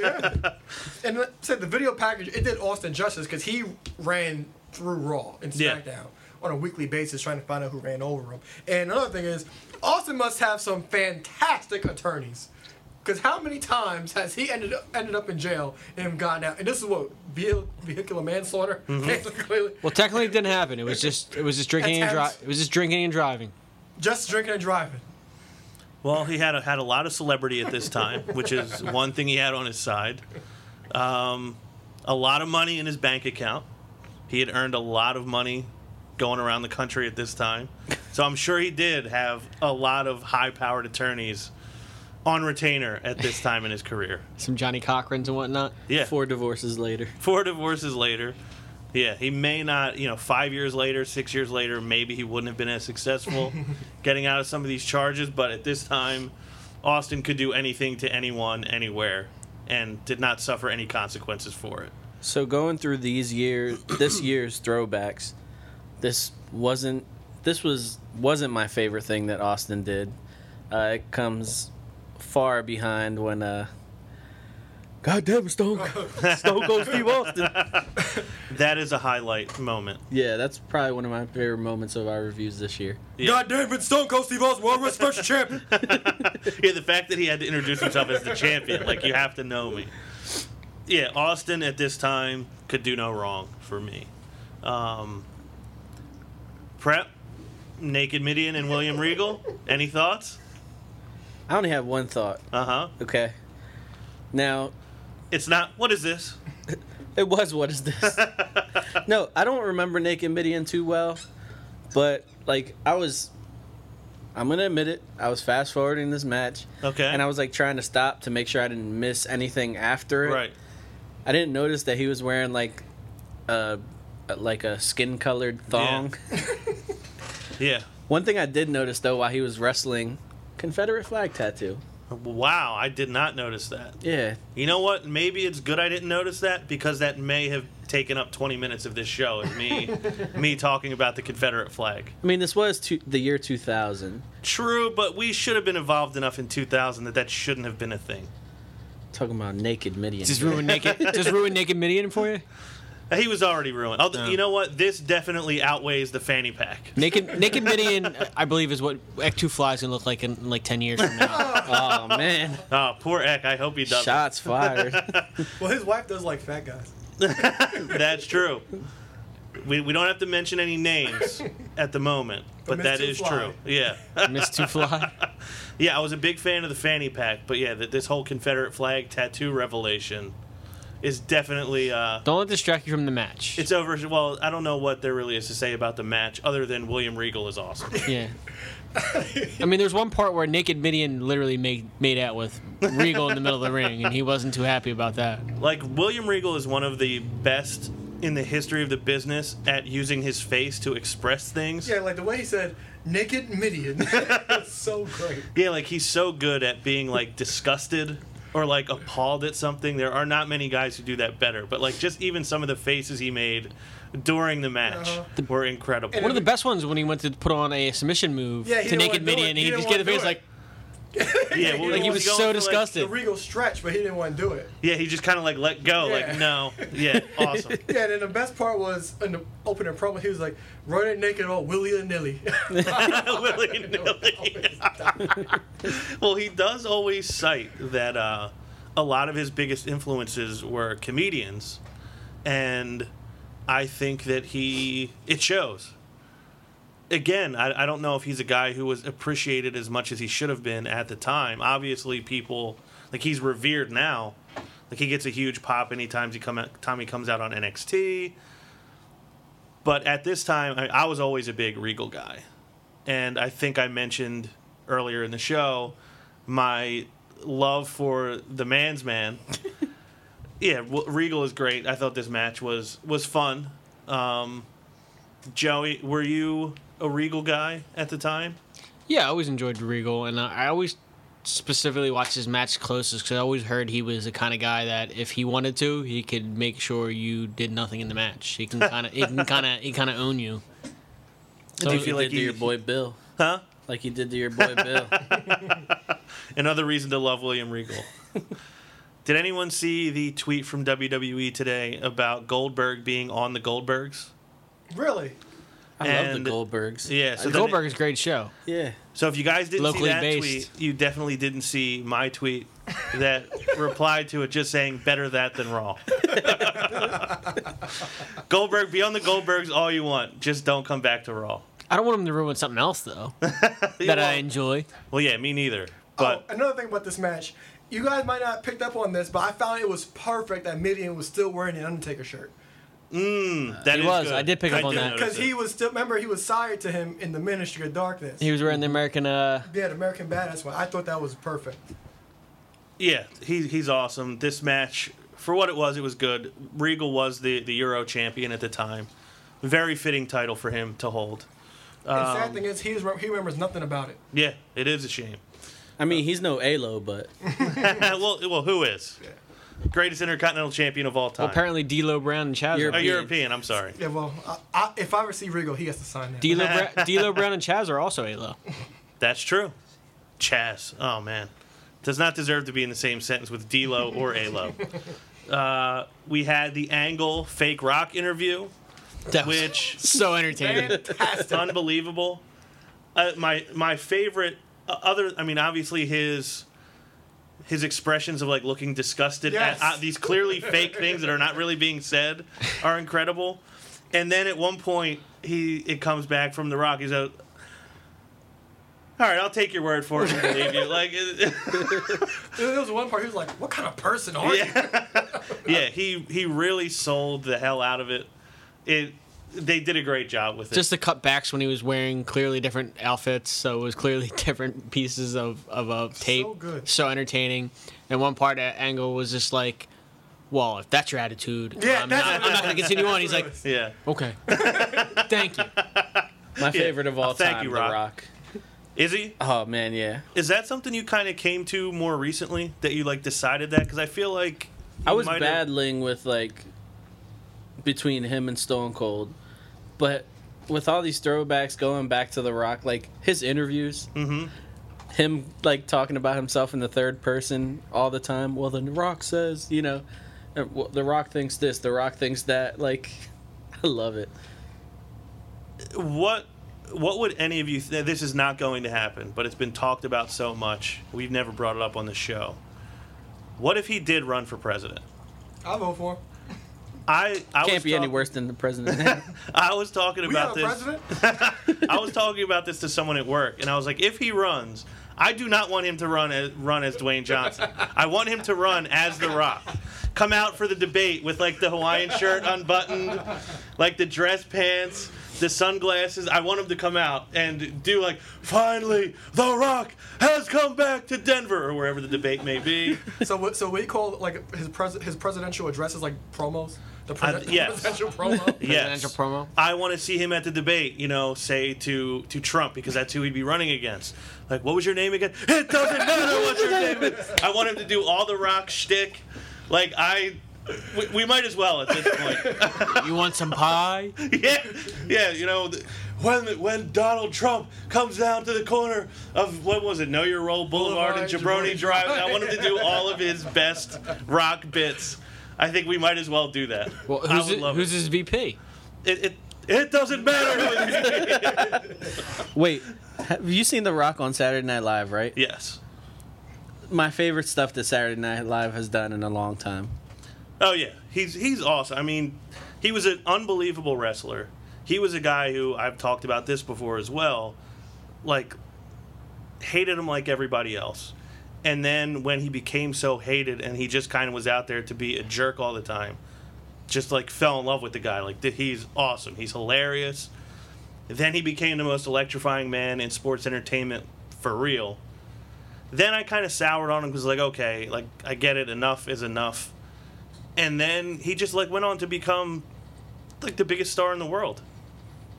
And like I said the video package it did Austin justice because he ran through Raw and
Yeah.
SmackDown on a weekly basis trying to find out who ran over him. And another thing is Austin must have some fantastic attorneys. Because how many times has he ended up, ended up in jail and gotten out? And this is what vehi- vehicular manslaughter. Basically,
Well, technically, it didn't happen. It was just it was just drinking and
Attempts.
driving. It was just drinking and driving.
just drinking and driving.
Well, he had a, had a lot of celebrity at this time, which is one thing he had on his side. Um, a lot of money in his bank account. He had earned a lot of money going around the country at this time. So I'm sure he did have a lot of high powered attorneys on retainer at this time in his career.
Some Johnny Cochran's and whatnot.
Yeah. Four,
Four divorces later.
divorces later. Yeah, he may not, you know, five years later, six years later, maybe he wouldn't have been as successful getting out of some of these charges. But at this time, Austin could do anything to anyone, anywhere, and did not suffer any consequences for it.
So going through these years, this year's throwbacks, this wasn't this was wasn't my favorite thing that Austin did. Uh, it comes far behind when uh God damn Stone Stone Cold Steve Austin.
That is a highlight moment.
Yeah, that's probably one of my favorite moments of our reviews this year.
God damn it, Stone Cold Steve Austin, World Wrestling First Champion.
Yeah, the fact that he had to introduce himself as the champion, like you have to know me. Yeah, Austin at this time could do no wrong for me. Um, prep, naked Midian and William Regal. Any thoughts?
I only have one thought.
Uh huh.
Okay. Now,
It's not. What is this?
It was what is this? no, I don't remember Naked Midian too well, but like I was I'm gonna admit it, I was fast forwarding this match.
Okay.
And I was like trying to stop to make sure I didn't miss anything after it.
Right.
I didn't notice that he was wearing like a like a skin colored thong.
Yeah.
One thing I did notice though while he was wrestling, Confederate flag tattoo.
Wow, I did not notice that.
Yeah.
You know what? Maybe it's good I didn't notice that because that may have taken up 20 minutes of this show is me me talking about the Confederate flag.
I mean this was two, the year two thousand.
True, but we should have been involved enough in 2000 that that shouldn't have been a thing.
Talking about naked Midian.
Just ruin naked. just ruin naked Midian for you.
He was already ruined. Although, You know what? This definitely outweighs the fanny pack.
Naked naked Midian, I believe, is what Act Two Fly is gonna look like in like ten years from now.
oh man.
Oh, poor Eck. I hope he doesn't.
Shots fired.
well, his wife does like fat guys.
That's true. We, we don't have to mention any names at the moment, but
Miss
that
Two
is
Fly.
true. Yeah.
Miss Two Fly.
Yeah, I was a big fan of the fanny pack, but yeah, th- this whole Confederate flag tattoo revelation is definitely uh,
Don't let this distract you from the match.
it's over. Well, I don't know what there really is to say about the match other than William Regal is awesome.
yeah. I mean, there's one part where Naked Midian literally made made out with Regal in the middle of the ring, and he wasn't too happy about that.
like William Regal is one of the best in the history of the business at using his face to express things.
Yeah, like the way he said, naked Midian. so great.
Yeah, like he's so good at being like disgusted or like appalled at something. There are not many guys who do that better, but like just even some of the faces he made during the match were incredible.
One of the best ones when he went to put on a submission move
Yeah, he
to
didn't
Naked
wanna do it.
Midian, and
He
he,
didn't
just gave the face
wanna do
like,
yeah, what
like he was
going
so
for,
The
disgusted.
regal stretch, but he didn't want to do it.
yeah, he just kind of like let go. Like
Yeah.
no, yeah, awesome.
Yeah, and then the best part was in the opening promo, he was like, running naked all willy and nilly.
Willy-nilly. well, he does always cite that uh, a lot of his biggest influences were comedians, and I think that he it shows. Again, I, I don't know if he's a guy who was appreciated as much as he should have been at the time. Obviously, people like he's revered now. Like he gets a huge pop anytime he come out, time he comes out on NXT. But at this time, I, I was always a big Regal guy and I think I mentioned earlier in the show my love for the man's man. yeah, w- Regal is great. I thought this match was was fun. Um, Joey, were you a Regal guy at the time?
yeah, I always enjoyed Regal, and uh, I always specifically watched his match closest because I always heard he was the kind of guy that if he wanted to, he could make sure you did nothing in the match. He can kind of, he can kind of, he kind of own you.
Do you
he
feel
did
like
to
you-
your boy Bill.
Huh?
Like he did to your boy Bill.
Another reason to love William Regal. Did anyone see the tweet from WWE today about Goldberg being on the Goldbergs?
really?
I
And-
love the Goldbergs.
Yeah, so then
The
it-
Goldberg is a great show.
Yeah.
So if you guys didn't
Locally
see that
based.
tweet, you definitely didn't see my tweet that replied to it just saying better that than raw. Goldberg, be on the Goldbergs all you want. Just don't come back to Raw.
I don't want him to ruin something else though that I enjoy.
Well, yeah, me neither. But
oh, another thing about this match, you guys might not have picked up on this, but I found it was perfect that Midian was still wearing an Undertaker shirt.
that
he
is
was.
good.
I did pick up on that.
notice
Because he
it.
was still, remember, he was sired to him in the Ministry of Darkness.
He was wearing the American. Uh,
yeah, the American Badass one. I thought that was perfect.
Yeah, he, he's awesome. This match, for what it was, it was good. Regal was the, the Euro champion at the time. Very fitting title for him to hold.
And
Um,
sad thing is, he, was, he remembers nothing about it.
Yeah, it is a shame.
I mean, he's no ALO, but
Uh, well, well, who is? Greatest intercontinental champion of all time.
apparently, D'Lo Brown and Chaz.
A
Are
European.
European, I'm sorry.
Yeah, well, I, I, if I ever see Regal, he has to sign that.
D'Lo, Bra- D'Lo Brown and Chaz are also Alo.
That's true. Chaz. Oh man. does not deserve to be in the same sentence with D'Lo or Alo. Uh, we had the Angle fake rock interview,
That was
which
so entertaining.
it's unbelievable. Uh, my my favorite uh, other I mean obviously his his expressions of like looking disgusted
Yes.
at uh, these clearly fake things that are not really being said are incredible. And then at one point he it comes back from the rock he's out all right, I'll take your word for it and believe you. Like, it-
There was one part he was like, "What kind of person are you?"
yeah, yeah. He he really sold the hell out of it. It they did a great job with it.
Just the cutbacks when he was wearing clearly different outfits, so it was clearly different pieces of of a tape.
good.
so entertaining. And one part at Angle was just like, "Well, if that's your attitude,
Yeah,
I'm,
that's
not,
what
I'm
it
not going to continue on." He's like,
yeah.
"Okay, thank you."
My favorite of all
Oh, Thank
time,
you,
The
Rock.
Rock.
Is he?
Oh man, yeah.
Is that something you kind of came to more recently that you like decided that? Because I feel like
I was
might have-
battling with like between him and Stone Cold, but with all these throwbacks going back to The Rock, like his interviews, mm-hmm. him like talking about himself in the third person all the time. Well, The Rock says, you know, uh, well, The Rock thinks this, The Rock thinks that. Like, I love it.
what what would any of you? Th- this is not going to happen, but it's been talked about so much. We've never brought it up on the show. What if he did run for president?
I'll vote for him.
I, I was
Can't be any
talk-
worse than the president.
I was talking
We
about
have a
this.
president.
I was talking about this to someone at work, and I was like, if he runs, I do not want him to run as run as Dwayne Johnson. I want him to run as The Rock. Come out for the debate with like the Hawaiian shirt unbuttoned, like the dress pants, the sunglasses. I want him to come out and do like, finally, The Rock has come back to Denver or wherever the debate may be.
So, what- so we call like his pres- his presidential addresses like promos. The
Uh,
presi-
yes.
presidential promo.
Yes.
Presidential promo.
I want to see him at the debate, you know, say to to Trump because that's who he'd be running against. Like, what was your name again? It doesn't matter what your name is. I want him to do all the rock shtick. Like, I. We, we might as well at this point.
You want some pie?
yeah, yeah, you know, th- when when Donald Trump comes down to the corner of what was it, Know Your Role Boulevard, and
Boulevard,
Jabroni
Jabroni
Drive, I want him to do all of his best rock bits. I think we might as well do that.
Well,
I
who's,
would
it-
love
who's
it.
his VP?
It, it, it doesn't matter who it is.
Wait, have you seen The Rock on Saturday Night Live? Right.
Yes.
My favorite stuff that Saturday Night Live has done in a long time.
Oh yeah, he's he's awesome. I mean, he was an unbelievable wrestler. He was a guy who I've talked about this before as well. Like hated him like everybody else. And then when he became so hated and he just kind of was out there to be a jerk all the time, just like fell in love with the guy. Like th- he's awesome. He's hilarious. Then he became the most electrifying man in sports entertainment for real. Then I kind of soured on him because like okay, like I get it. Enough is enough and then he just like went on to become like the biggest star in the world.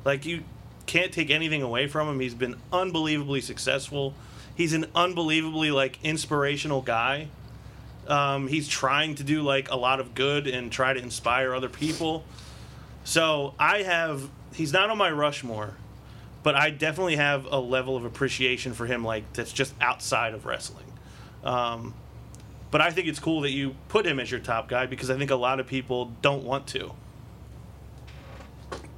Like you can't take anything away from him. He's been unbelievably successful. He's an unbelievably like inspirational guy. Um, he's trying to do like a lot of good and try to inspire other people. So I have he's not on my Rushmore, but I definitely have a level of appreciation for him like that's just outside of wrestling. Um, but I think it's cool that you put him as your top guy because I think a lot of people don't want to.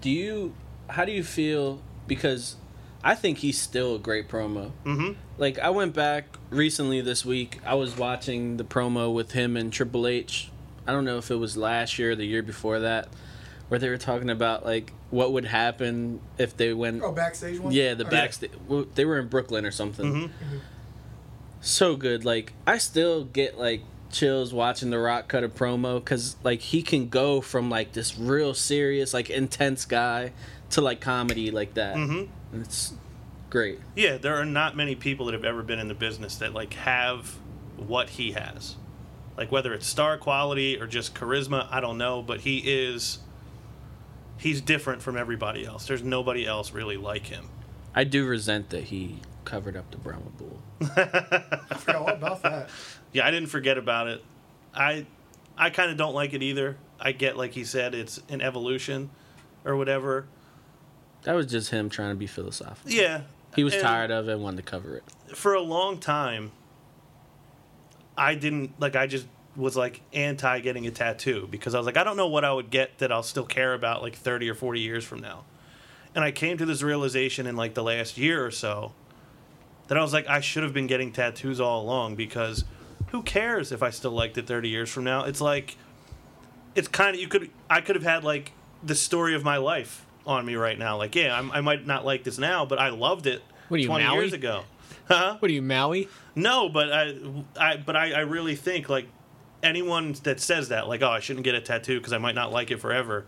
Do you? How do you feel? Because I think he's still a great promo. Mm-hmm. Like I went back recently this week. I was watching the promo with him and Triple H. I don't know if it was last year or the year before that, where they were talking about like what would happen if they went.
Oh, backstage one.
Yeah, the
Or-
backstage. well, They were in Brooklyn or something.
Mm-hmm.
Mm-hmm. So good. Like I still get like chills watching The Rock cut a promo because like he can go from like this real serious, like intense guy to like comedy like that. Mm-hmm. And it's great.
Yeah, there are not many people that have ever been in the business that like have what he has. Like whether it's star quality or just charisma, I don't know, but he is he's different from everybody else. There's nobody else really like him.
I do resent that he covered up the Brahma Bull.
I forgot all about that.
Yeah, I didn't forget about it. I I kind of don't like it either. I get like he said it's an evolution or whatever.
That was just him trying to be philosophical.
Yeah.
He was
and-
tired of it and wanted to cover it.
for a long time, I didn't like. I just was like anti getting a tattoo because I was like, I don't know what I would get that I'll still care about like 30 or 40 years from now. And I came to this realization in like the last year or so that I was like, I should have been getting tattoos all along because who cares if I still liked it 30 years from now? It's like, it's kind of, you could, I could have had like the story of my life on me right now. Like, yeah, I'm, I might not like this now, but I loved it
What are you,
20 years
Maui?
ago.
What are you, Maui?
No, but I, I but I, I really think like anyone that says that like oh I shouldn't get a tattoo because I might not like it forever.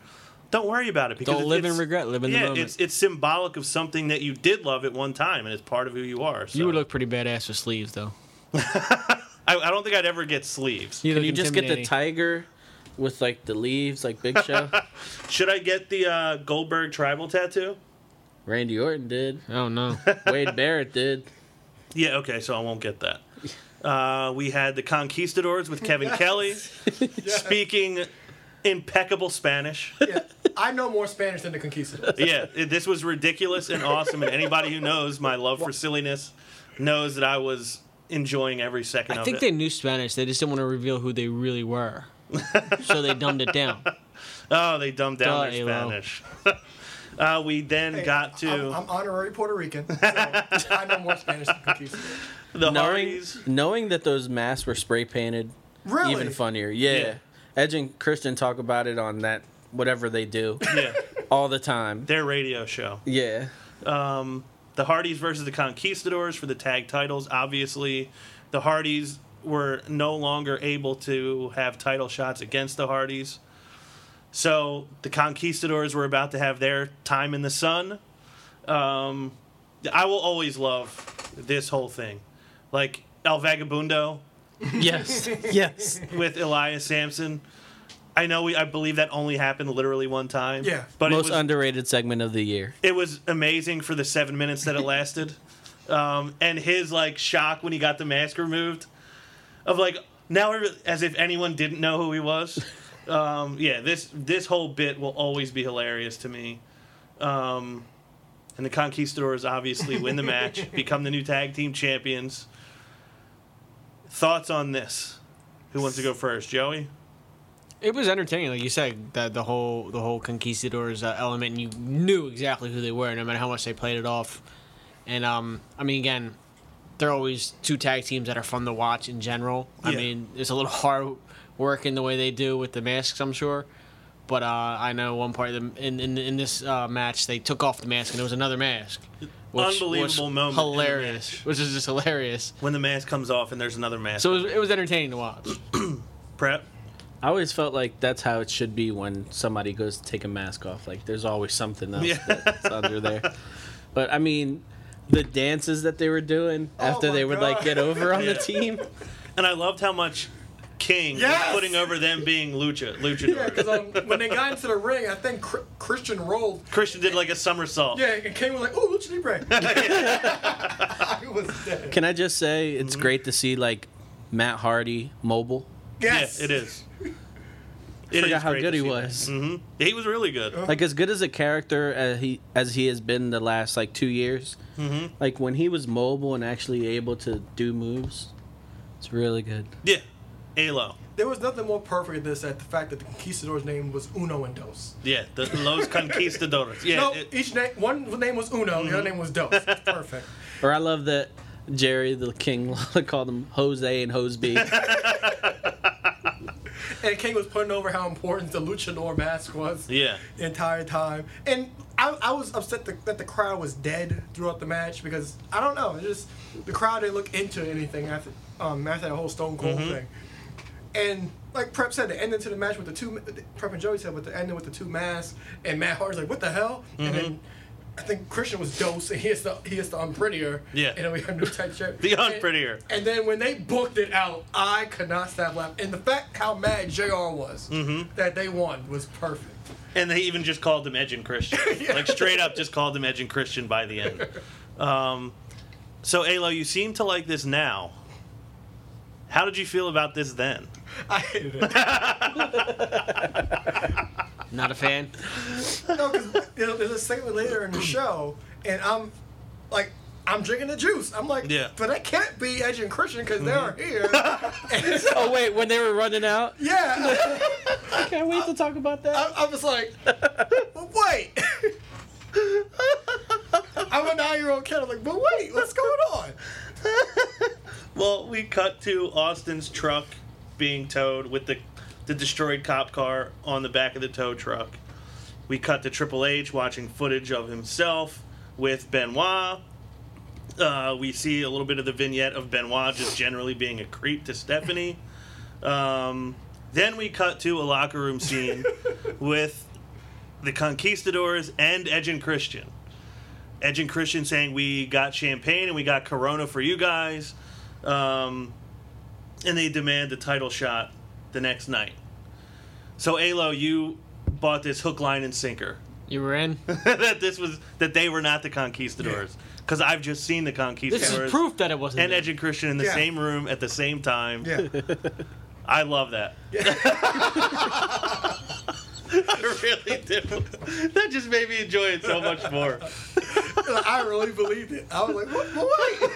Don't worry about it because
Don't
it-
Oh, live in
it's-
regret, live in the
yeah,
moment.
it's it's symbolic of something that you did love at one time and it's part of who you are. So.
You would look pretty badass with sleeves, though.
I, I don't think I'd ever get sleeves.
You
Can
look
you just get the
intimidating.
tiger with like the leaves, like Big Show?
Should I get the uh, Goldberg tribal tattoo?
Randy Orton did.
Oh no.
Wade Barrett did.
Yeah. Okay. So I won't get that. Uh, we had the Conquistadors with Kevin Kelly speaking impeccable Spanish.
Yeah. I know more Spanish than the conquistadors.
yeah, it- this was ridiculous and awesome, and anybody who knows my love for silliness knows that I was enjoying every second
I
of
think they
it.
knew Spanish. They just didn't want to reveal who they really were, so they dumbed it down.
oh, they dumbed down
Duh,
their
Elo.
Spanish. uh, we then got to
I'm, I'm honorary Puerto Rican, so I know more Spanish than conquistadors.
the
Knowing
Hardys.
knowing that those masks were spray painted,
Really?
even funnier. Yeah.
Yeah.
Edge and Christian talk about it on that whatever they do
Yeah,
all the time.
their radio show.
Yeah.
The Hardys versus the Conquistadors for the tag titles. Obviously, the Hardys were no longer able to have title shots against the Hardys. So the Conquistadors were about to have their time in the sun. Um, I will always love this whole thing. Like El Vagabundo
Yes. yes.
with Elias Sampson. I know we, I believe that only happened literally one time.
Yeah.
But it
Most
was,
underrated segment of the year.
it was amazing for the seven minutes that it lasted. Um, and his like shock when he got the mask removed, of like now every- as if anyone didn't know who he was. Um, yeah, this this whole bit will always be hilarious to me. Um, and the Conquistadors obviously win the match, become the new tag team champions. Thoughts on this? Who wants to go first, Joey?
It was entertaining, like you said, the, the whole the whole conquistadors uh, element, and you knew exactly who they were, no matter how much they played it off. And um, I mean, again, they're always two tag teams that are fun to watch in general. I
Yeah.
mean, it's a little hard work in the way they do with the masks, I'm sure. But uh, I know one part of them in in, in this uh, match they took off the mask and there was another mask, was
Unbelievable moment in the
hilarious,
match.
which is just hilarious.
When the mask comes off and there's another mask.
So it was, it was entertaining to watch.
prep.
I always felt like that's how it should be when somebody goes to take a mask off. Like there's always something else
Yeah.
that's under there. But I mean, the dances that they were doing after
my
they would like
God.
get over on
Yeah.
the team.
And I loved how much King
Yes!
was putting over them being lucha luchadors.
Yeah, because um, when they got into the ring, I think Chr- Christian rolled.
Christian did like a somersault.
Yeah, and Kane was like, "Ooh, Lucha Libre." I was dead.
Can I just say it's great to see like Matt Hardy mobile?
Yes,
Yeah, it is. It
Forgot
is
how
great
good
to
he
see
was.
that. Mm-hmm. He was really good.
Oh.
Like as good as a character as he as he has been the last like two years. Like when he was mobile and actually able to do moves, it's really good.
Yeah. Alo.
There was nothing more perfect than this at the fact that the conquistador's name was Uno and Dos.
Yeah. The Los Conquistadores. Yeah.
no,
it- Mm-hmm.
each name one name was Uno, the other name was Dos. It's Perfect.
Or I love that Jerry the King called him Jose and Hoseby.
And King was putting over how important the luchador mask was
yeah.
the entire time. And I, I was upset that that the crowd was dead throughout the match because I don't know, it just the crowd didn't look into anything after um, after that whole Stone Cold
Mm-hmm.
thing. And like Prep said, the ending to the match with the two Prep and Joey said with the ending with the two masks and Matt Hardy's like, what the hell? And
Mm-hmm.
then I think Christian was dose and he is the he is the unprettier.
Yeah.
And then we had new tech shirt.
The
And-
unprettier.
and then when they booked it out, I could not stop laughing. And the fact how mad JR was that they won was perfect.
And they even just called him Edge and Christian. Like straight up just called him Edge and Christian by the end. Um, so Alo, you seem to like this now. How did you feel about this then?
I hated it.
Not a fan.
no, because there's a segment later in the show, and I'm like, I'm drinking the juice. I'm like,
Yeah.
but that can't be Edge and Christian because they are here. And so-
Oh wait, when they were running out,
yeah,
can't wait to talk about that.
I, I was like, well, wait. I'm a nine-year-old kid. I'm like, but wait, what's going on?
Well, we cut to Austin's truck being towed with the the destroyed cop car on the back of the tow truck. We cut to Triple H watching footage of himself with Benoit. Uh, we see a little bit of the vignette of Benoit just generally being a creep to Stephanie. Um, then we cut to a locker room scene with the Conquistadors and Edge and Christian. Edge and Christian saying, We got champagne and we got Corona for you guys. Um, and they demand the title shot the next night. So, Alo, you bought this hook, line, and sinker
You were in.
that this was that they were not the Conquistadors. Because I've just seen the Conquistadors
This is proof that it wasn't.
and
there.
Edge and Christian in the
Yeah.
same room at the same time.
Yeah.
I love that. I really do. That just made me enjoy it so much more.
Like, I really believed it. I was like, what, well, wait,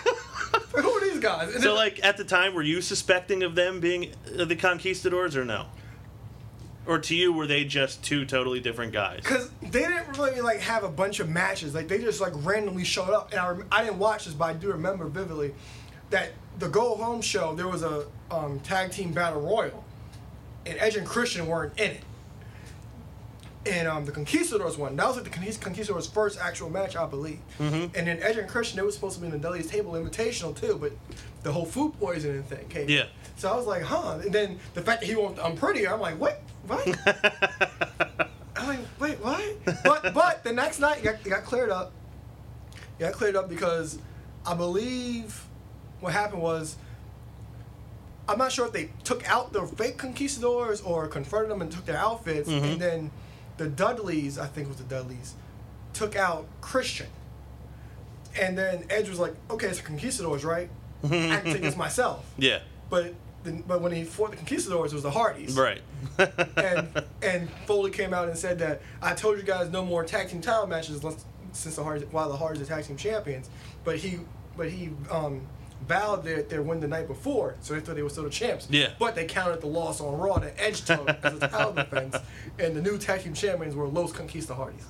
who are these guys? And
So,
then-
like at the time, were you suspecting of them being uh, the conquistadors or no? Or to you, were they just two totally different guys?
Cause they didn't really like have a bunch of matches. Like they just like randomly showed up, and I, rem- I didn't watch this, but I do remember vividly that the Go Home show there was a um, tag team battle royal, and Edge and Christian weren't in it. And um, the Conquistadors won. That was like the Con- Conquistadors' first actual match, I believe. And then Edge and Christian they were supposed to be in the Dudley's Table Invitational too, but the whole food poisoning thing came.
Yeah.
So I was like, huh. And then the fact that he won't, I'm prettier. I'm like, what? What? I'm like, wait, what? But but the next night it got, it got cleared up. It got cleared up because I believe what happened was I'm not sure if they took out the fake conquistadors or confronted them and took their outfits,
Mm-hmm.
and then the Dudleys, I think it was the Dudleys, took out Christian. And then Edge was like, "Okay, it's the conquistadors, right? I can take this myself."
Mm-hmm. yeah,
But then, but when he fought the conquistadors, it was the Hardys,
right.
and and Foley came out and said that I told you guys no more tag team title matches unless- since the hard while the Hardys are tag team champions. But he but he um, vowed their, their win the night before, so they thought they were still the champs.
Yeah.
But they counted the loss on Raw to Edge took as a title defense, and the new tag team champions were Los Conquista Hardys.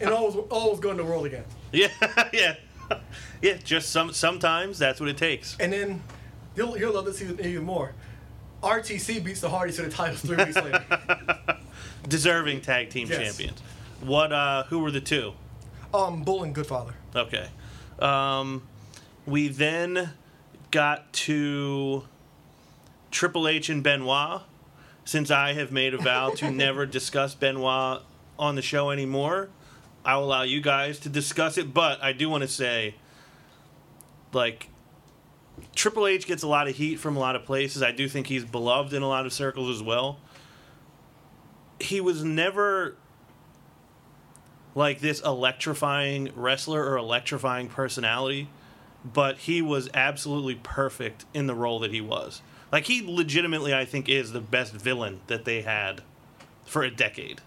and all was, all was going to the world again.
yeah, yeah, yeah. Just some sometimes that's what it takes.
And then you'll you'll love this even, even more. RTC beats the Hardys to the titles three weeks later.
Deserving tag team
Yes.
champions. What? uh Who were the two?
Um, Bull and Goodfather.
Okay. Um, we then got to Triple H and Benoit. Since I have made a vow to never discuss Benoit on the show anymore, I'll allow you guys to discuss it. But I do want to say, like, Triple H gets a lot of heat from a lot of places. I do think he's beloved in a lot of circles as well. He was never like this electrifying wrestler or electrifying personality, but he was absolutely perfect in the role that he was. Like he legitimately I think is the best villain that they had for a decade.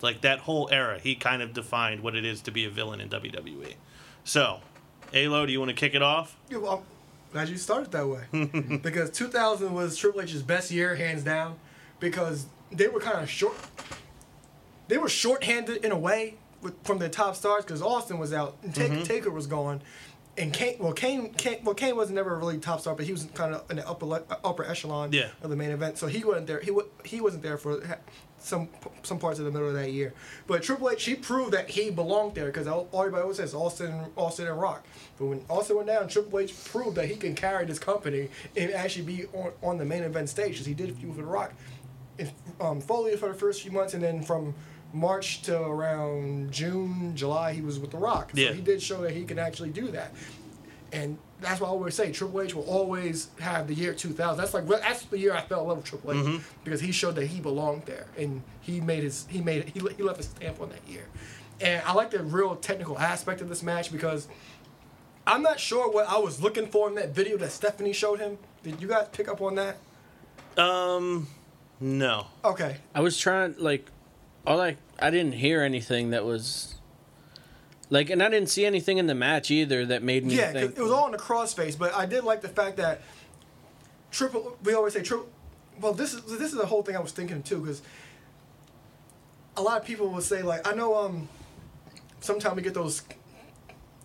Like that whole era, he kind of defined what it is to be a villain in WWE. So, Alo, do you want to kick it off?
Yeah, well, I'm glad you started that way. because 2000 was Triple H's best year, hands down, because they were kind of short. They were shorthanded in a way with, from their top stars because Austin was out and Taker, Taker was gone. And Kane, well, Kane, Kane, well, Kane wasn't never a really top star, but he was kind of in the upper le- upper echelon
Yeah.
of the main event. So he wasn't there. He wa- he wasn't there for ha- some some parts of the middle of that year. But Triple H, he proved that he belonged there because everybody always says Austin, Austin and Rock. But when Austin went down, Triple H proved that he can carry this company and actually be on, on the main event stage as he did for the Rock. And, um, Foley for the first few months, and then from March to around June, July, he was with the Rock. So
Yeah.
he did show that he can actually do that. And that's why I always say Triple H will always have the year 2000. That's like that's the year I fell in love with Triple H because he showed that he belonged there and he made his he made he, le- he left his stamp on that year. And I like the real technical aspect of this match because I'm not sure what I was looking for in that video that Stephanie showed him. Did you guys pick up on that?
Um, No.
Okay,
I was trying like all I I didn't hear anything that was Like, and I didn't see anything in the match either that made me
Yeah, 'cause
think.
it was all in the crossface, but I did like the fact that triple. We always say triple. Well, this is this is the whole thing I was thinking too, because a lot of people will say like, I know um, sometimes we get those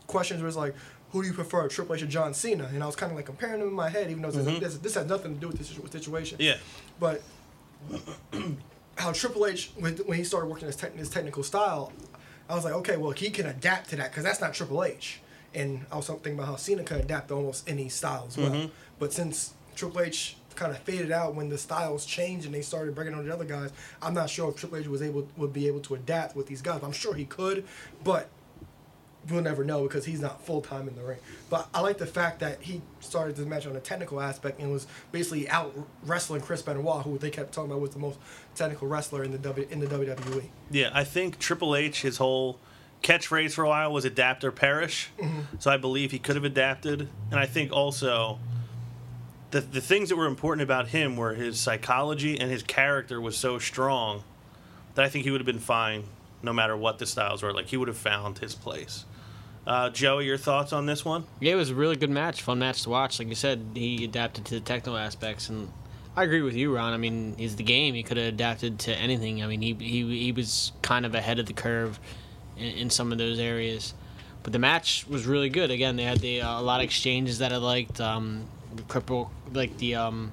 questions where it's like, who do you prefer, Triple H or John Cena? And I was kind of like comparing them in my head, even though
Mm-hmm.
this- this, this has nothing to do with this situ- situation.
Yeah.
But how Triple H, when, when he started working his, tech his technical style, I was like, okay, well, he can adapt to that because that's not Triple H. And I was thinking about how Cena could adapt to almost any style as well. But since Triple H kind of faded out when the styles changed and they started bringing on the other guys, I'm not sure if Triple H was able would be able to adapt with these guys. I'm sure he could, but we'll never know because he's not full time in the ring. But I like the fact that he started this match on a technical aspect and was basically out wrestling Chris Benoit, who they kept talking about was the most technical wrestler in the w, E. in the WWE.
Yeah, I think Triple H, his whole catchphrase for a while was adapt or perish. So I believe he could have adapted. And I think also the, the things that were important about him were his psychology and his character was so strong that I think he would have been fine no matter what the styles were. Like, he would have found his place. Uh, Joey, your thoughts on this one?
Yeah, it was a really good match, fun match to watch. Like you said, he adapted to the technical aspects, and I agree with you, Ron. I mean, he's the game. He could have adapted to anything. I mean, he he he was kind of ahead of the curve in, in some of those areas. But the match was really good. Again, they had the uh, a lot of exchanges that I liked. Um, the cripple, like the um,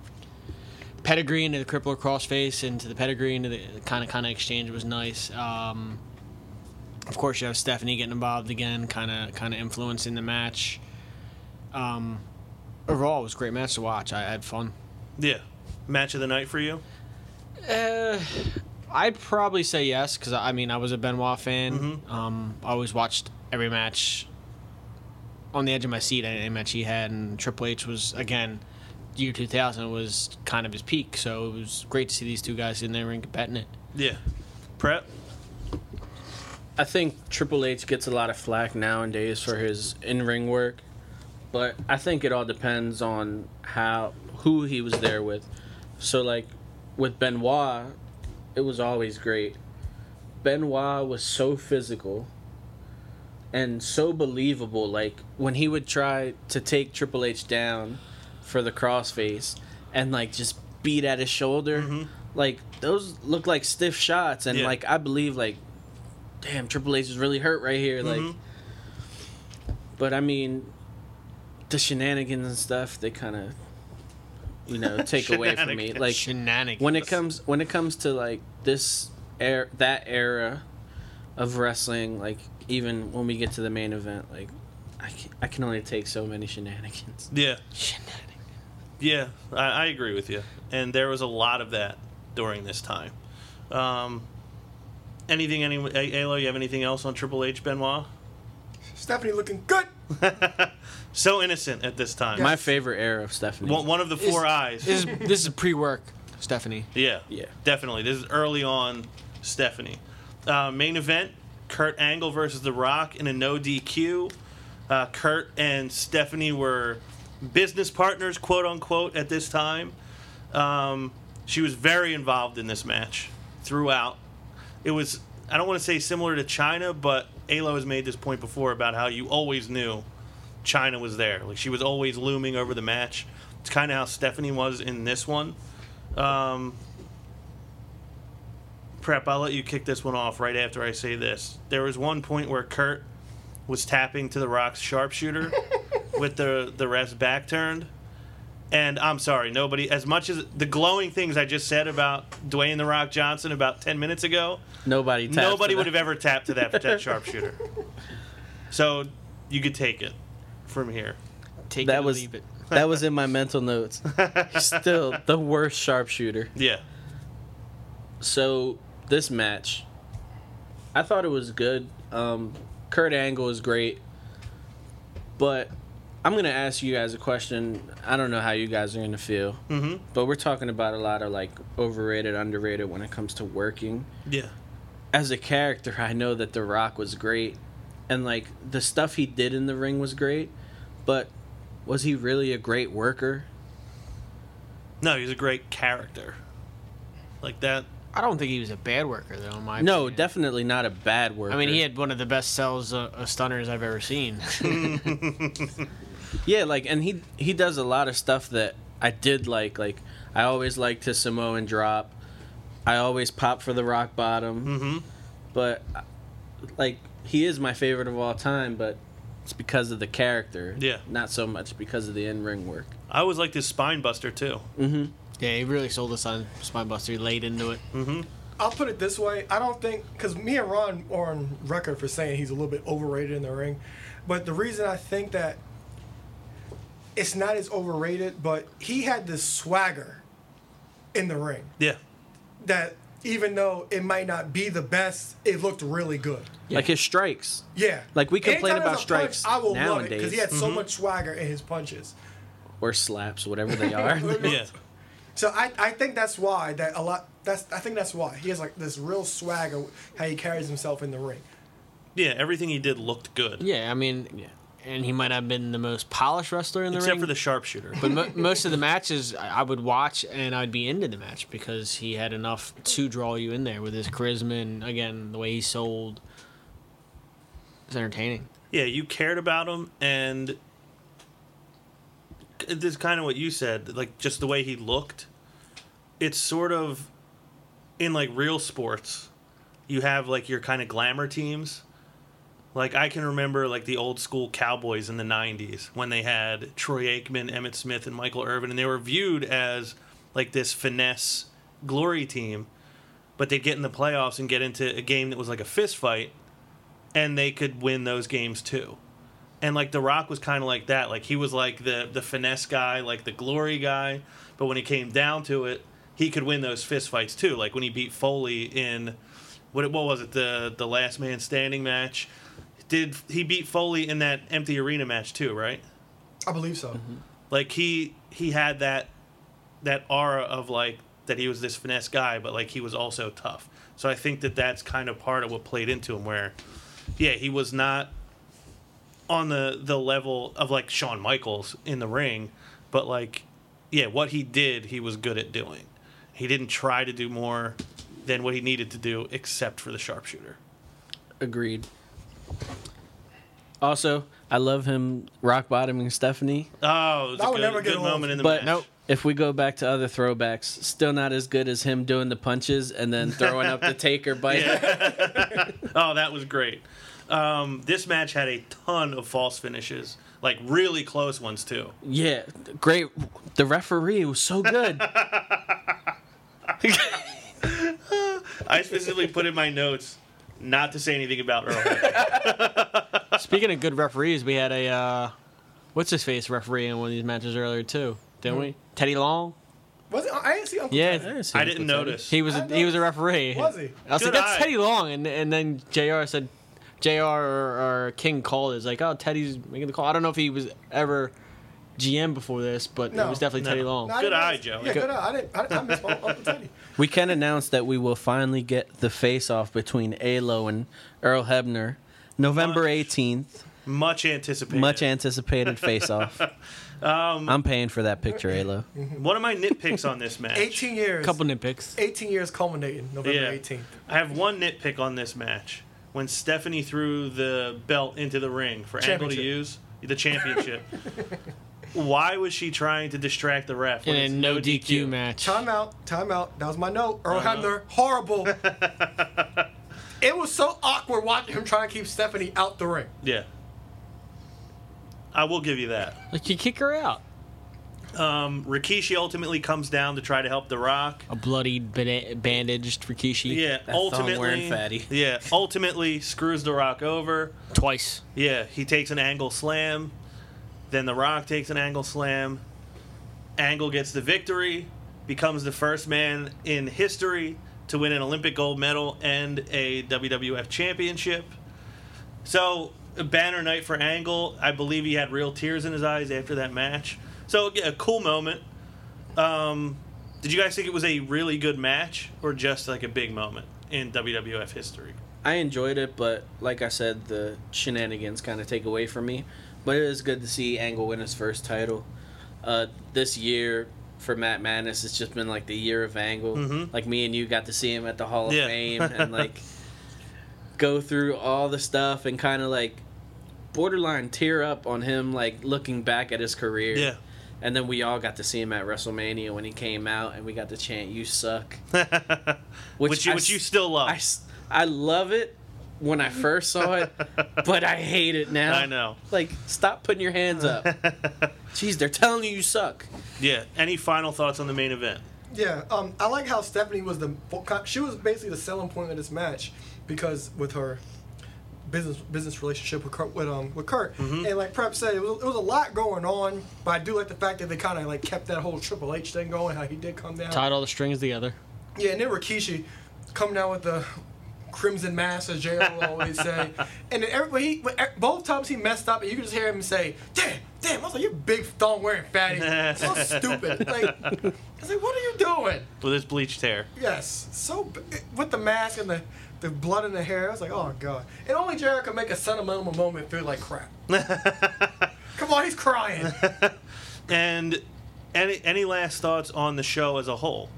pedigree into the crippler crossface into the pedigree into the kind of kind of exchange was nice. Um, of course, you have Stephanie getting involved again, kind of kind of influencing the match overall it was a great match to watch. I had fun.
Yeah. Match of the night for you?
I'd probably say yes because I mean I was a Benoit fan.
Mm-hmm.
Um, I always watched every match on the edge of my seat. Any match he had, and Triple H was again year 2000 was kind of his peak. So it was great to see these two guys in there and competing it.
Yeah. Prep?
I think Triple H gets a lot of flack nowadays for his in-ring work, but I think it all depends on how who he was there with. So like with Benoit, it was always great. Benoit was so physical and so believable like when he would try to take Triple H down for the crossface and like just beat at his shoulder, like those look like stiff shots and
Yeah.
like I believe like damn, Triple H is really hurt right here. Like, but I mean, the shenanigans and stuff they kind of, you know, take away from me.
Shenanigans.
Like
Shenanigans.
when it comes when it comes to like this air that era of wrestling, like even when we get to the main event, like I can, I can only take so many shenanigans.
Yeah. Yeah, I, I agree with you. And there was a lot of that during this time. Um, anything, any, A- Alo, you have anything else on Triple H Benoit?
Stephanie looking good.
So innocent at this time.
My favorite era of Stephanie.
one, one of the four eyes.
This is this is pre-work, Stephanie.
yeah,
Yeah.
definitely. This is early on Stephanie. Uh, main event Kurt Angle versus The Rock in a no DQ. Uh, Kurt and Stephanie were business partners, quote unquote, at this time. Um, she was very involved in this match throughout. It was, I don't want to say similar to China, but Alo has made this point before about how you always knew China was there. Like she was always looming over the match. It's kind of how Stephanie was in this one. Um, Prep, I'll let you kick this one off right after I say this. There was one point where Kurt was tapping to the Rock's sharpshooter with the the ref's back turned. And I'm sorry, nobody. As much as the glowing things I just said about Dwayne the Rock Johnson about ten minutes ago,
Nobody. taps
nobody
to
would
that.
have ever tapped to that, that sharpshooter. So you could take it from here.
Take it
That
or
was
leave it.
that was in my mental notes. Still the worst sharpshooter.
Yeah,
So this match, I thought it was good. Um, Kurt Angle is great, but I'm gonna ask you guys a question. I don't know how you guys are gonna feel, mm-hmm. but we're talking about a lot of like overrated, underrated when it comes to working.
yeah,
As a character, I know that The Rock was great, and like the stuff he did in the ring was great, but was he really a great worker?
No, he's a great character. Like that.
I don't think he was a bad worker though. In my
No,
opinion.
definitely not a bad worker.
I mean, he had one of the best sells of, of stunners I've ever seen.
yeah, like, and he he does a lot of stuff that I did like. Like, I always liked his Samoan drop. I always pop for the rock bottom. Mm-hmm. But, uh, like, he is my favorite of all time. But it's because of the character.
Yeah.
Not so much because of the in ring work.
I always liked his spine buster too.
Mm-hmm.
yeah, he really sold us on Spinebuster. He laid into it.
I'll put it this way. I don't think because me and Ron are on record for saying he's a little bit overrated in the ring, but the reason I think that it's not as overrated, but he had this swagger in the ring
Yeah.
that even though it might not be the best, it looked really good.
Like his strikes.
Yeah,
Like, we complain
Anytime
about
there's a punch,
strikes
I will love it
nowadays. Mm-hmm.
because he had so much swagger in his punches.
or slaps, whatever they are.
Yeah.
So I, I think that's why that a lot that's I think that's why he has like this real swagger how he carries himself in the ring.
Yeah, everything he did looked good.
Yeah, I mean, and he might not have been the most polished wrestler in the
Except
ring.
for the sharpshooter.
but mo- most of the matches I I would watch and I'd be into the match because he had enough to draw you in there with his charisma and again the way he sold. It's entertaining.
yeah, you cared about him, and this is kind of what you said, like just the way he looked. It's sort of in like real sports, you have like your kind of glamour teams. Like I can remember like the old school Cowboys in the '90s when they had Troy Aikman, Emmett Smith, and Michael Irvin, and they were viewed as like this finesse glory team. But they'd get in the playoffs and get into a game that was like a fist fight, and they could win those games too. And like The Rock was kind of like that. Like he was like the the finesse guy, like the glory guy. But when he came down to it, he could win those fist fights too. Like when he beat Foley in what what was it the the Last Man Standing match? Did he beat Foley in that empty arena match too? Right?
I believe so.
Mm-hmm.
Like he he had that that aura of like that he was this finesse guy, but like he was also tough. So I think that that's kind of part of what played into him. Where, yeah, he was not on the the level of like Shawn Michaels in the ring, but like, yeah, what he did, he was good at doing. He didn't try to do more than what he needed to do, except for the sharpshooter.
Agreed. Also, I love him rock bottoming Stephanie.
Oh, it was
That
a
would
good,
never get
good
old.
moment in the
But
match.
if we go back to other throwbacks, still not as good as him doing the punches and then throwing up the taker bite.
Oh, that was great. Um, this match had a ton of false finishes, like really close ones too.
Yeah, great. The referee was so good.
I specifically put in my notes not to say anything about Earl.
Speaking of good referees, we had a uh, what's his face referee in one of these matches earlier too, didn't we? Teddy Long.
Was it? I didn't see Uncle
Yeah,
Ted.
I didn't notice.
He was a, he was a referee.
Was he?
I was
Good
like, that's
eye.
Teddy Long, and and then Jr. said, Jr. or, or King called. It's like, oh, Teddy's making the call. I don't know if he was ever GM before this, but it
No.
was definitely
No.
Teddy Long.
No, I
Good
didn't
eye,
miss-
Joey.
Yeah, good eye. I didn't. I, didn't- I missed my Uncle Teddy.
We can announce that we will finally get the face off between Alo and Earl Hebner, November eighteenth.
Much anticipated.
Much anticipated face off. I'm paying for that picture, Alo.
One of my nitpicks on this match.
18 years.
couple nitpicks.
18 years culminating November
Yeah.
18th.
I have one nitpick on this match. When Stephanie threw the belt into the ring for Angle to
Championship.
use the championship, why was she trying to distract the ref?
In
when
a
it's
no DQ, match.
Timeout. Timeout. That was my note. Earl Hebner, horrible. it was so awkward watching him trying to keep Stephanie out the ring.
Yeah. I will give you that.
Like you kick her out.
Um, Rikishi ultimately comes down to try to help The Rock.
A bloodied, bana- bandaged Rikishi.
Yeah,
Oh, That thong
ultimately,
wearing fatty.
yeah, ultimately screws The Rock over.
Twice.
Yeah, he takes an angle slam. Then The Rock takes an angle slam. Angle gets the victory, becomes the first man in history to win an Olympic gold medal and a WWF championship. So, a banner night for Angle. I believe he had real tears in his eyes after that match. So, yeah, a cool moment. Um, did you guys think it was a really good match or just like a big moment in WWF history?
I enjoyed it, but like I said, the shenanigans kind of take away from me. But it is good to see Angle win his first title. Uh, this year, for Matt Madness. It's just been like the year of Angle. Like me and you got to see him at the Hall of
Mm-hmm. Yeah.
Fame and like go through all the stuff and kind of like borderline tear up on him, like looking back at his career.
Yeah.
And then we all got to see him at WrestleMania when he came out, and we got to chant "You suck,"
Which, you,
I
which you
s-
still love.
I, s- I love it when I first saw it, but I hate it now.
I know.
Like, stop putting your hands up. Jeez, they're telling you you suck.
yeah. Any final thoughts on the main event?
Yeah, um, I like how Stephanie was the she was basically the selling point of this match because with her business business relationship with Kurt, with um with Kurt and like Prep said, it was, it was a lot going on, but I do like the fact that they kind of like kept that whole Triple H thing going. How he did come down.
Tied all the strings together.
Yeah, and then Rikishi come down with the crimson mask, as JR will always say. And then everybody, he, when- both times he messed up, and you can just hear him say, "Damn, damn!" I was like, "You big thong wearing fatty, so stupid!" Like, I was like, "What are you doing?"
With his bleached hair.
Yes, so b- with the mask and the the blood in the hair, I was like, "Oh god!" And only JR could make a sentimental moment feel like crap. Come on, he's crying.
And any any last thoughts on the show as a whole?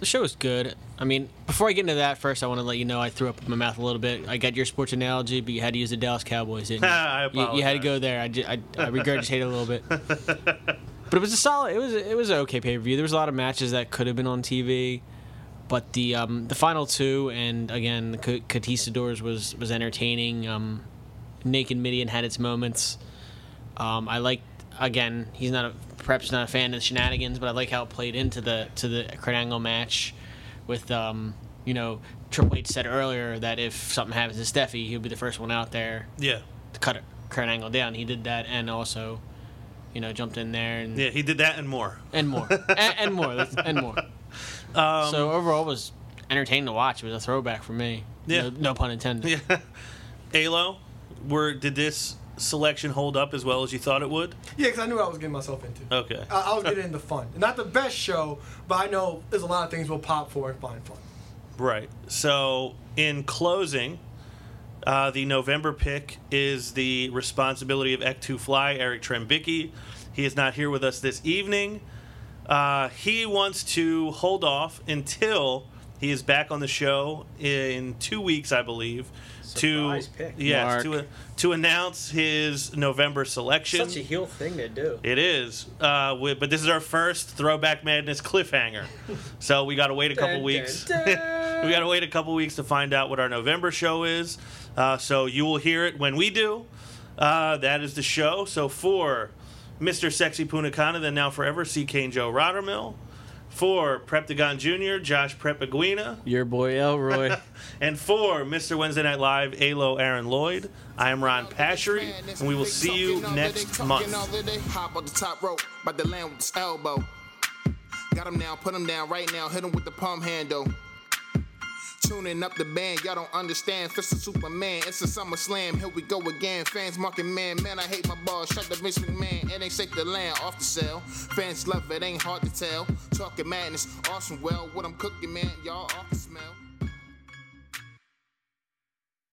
The show is good. I mean, before I get into that, first I want to let you know I threw up in my mouth a little bit. I got your sports analogy, but you had to use the Dallas Cowboys, didn't you?
I
you, you had to
apologize.
go there. I, ju- I, I regurgitated a little bit, but it was a solid. It was it was an okay pay per view. There was a lot of matches that could have been on TV, but the um, the final two and again the Co- Conquistadors was was entertaining. Um, Naked Midian had its moments. Um, I liked again. He's not a perhaps not a fan of the shenanigans, but I like how it played into the to the Kurt Angle match with um, you know Triple H said earlier that if something happens to Steffi, he'll be the first one out there
Yeah.
to cut Kurt Angle down. He did that and also, you know, jumped in there and
Yeah, he did that and more.
and more and, and more that's- and more.
Um,
so overall, it was entertaining to watch. It was a throwback for me.
Yeah.
No, no pun intended.
Alo, were did this selection hold up as well as you thought it would?
Yeah, because I knew what I was getting myself into.
Okay.
I, I was getting into fun. Not the best show, but I know there's a lot of things we'll pop for and find fun.
Right. So, in closing, uh, the November pick is the responsibility of Act 2 Fly, Eric Trembicki. He is not here with us this evening. Uh, he wants to hold off until he is back on the show in two weeks, I believe.
Surprise
to
pick.
yes,
Mark.
to to announce his November selection.
Such a heel thing to do.
It is, uh, we, but this is our first Throwback Madness cliffhanger, so we got to wait a couple
Dun,
weeks.
dun, dun.
we got to wait a couple weeks to find out what our November show is. Uh, so you will hear it when we do. Uh, that is the show. So for Mr. Sexy Punakana, then now forever, C. Kane Joe Rottermill. For Preptagon Jr., Josh Prepaguina.
Your boy Elroy.
And for Mr. Wednesday Night Live, ALO Aaron Lloyd. I am Ron Pashery, and we will see you next month.
Hop on the top rope, by the land with this elbow. Got him now, put him down right now, hit him with the palm handle. Tuning up the band, y'all don't understand. Fist of Superman, it's a summer slam. Here we go again. Fans marking man, man, I hate my balls. Shut the Vince McMahon, it ain't shake the land off the cell. Fans love it, ain't hard to tell. Talking madness, awesome well, what I'm cooking, man, y'all off the smell.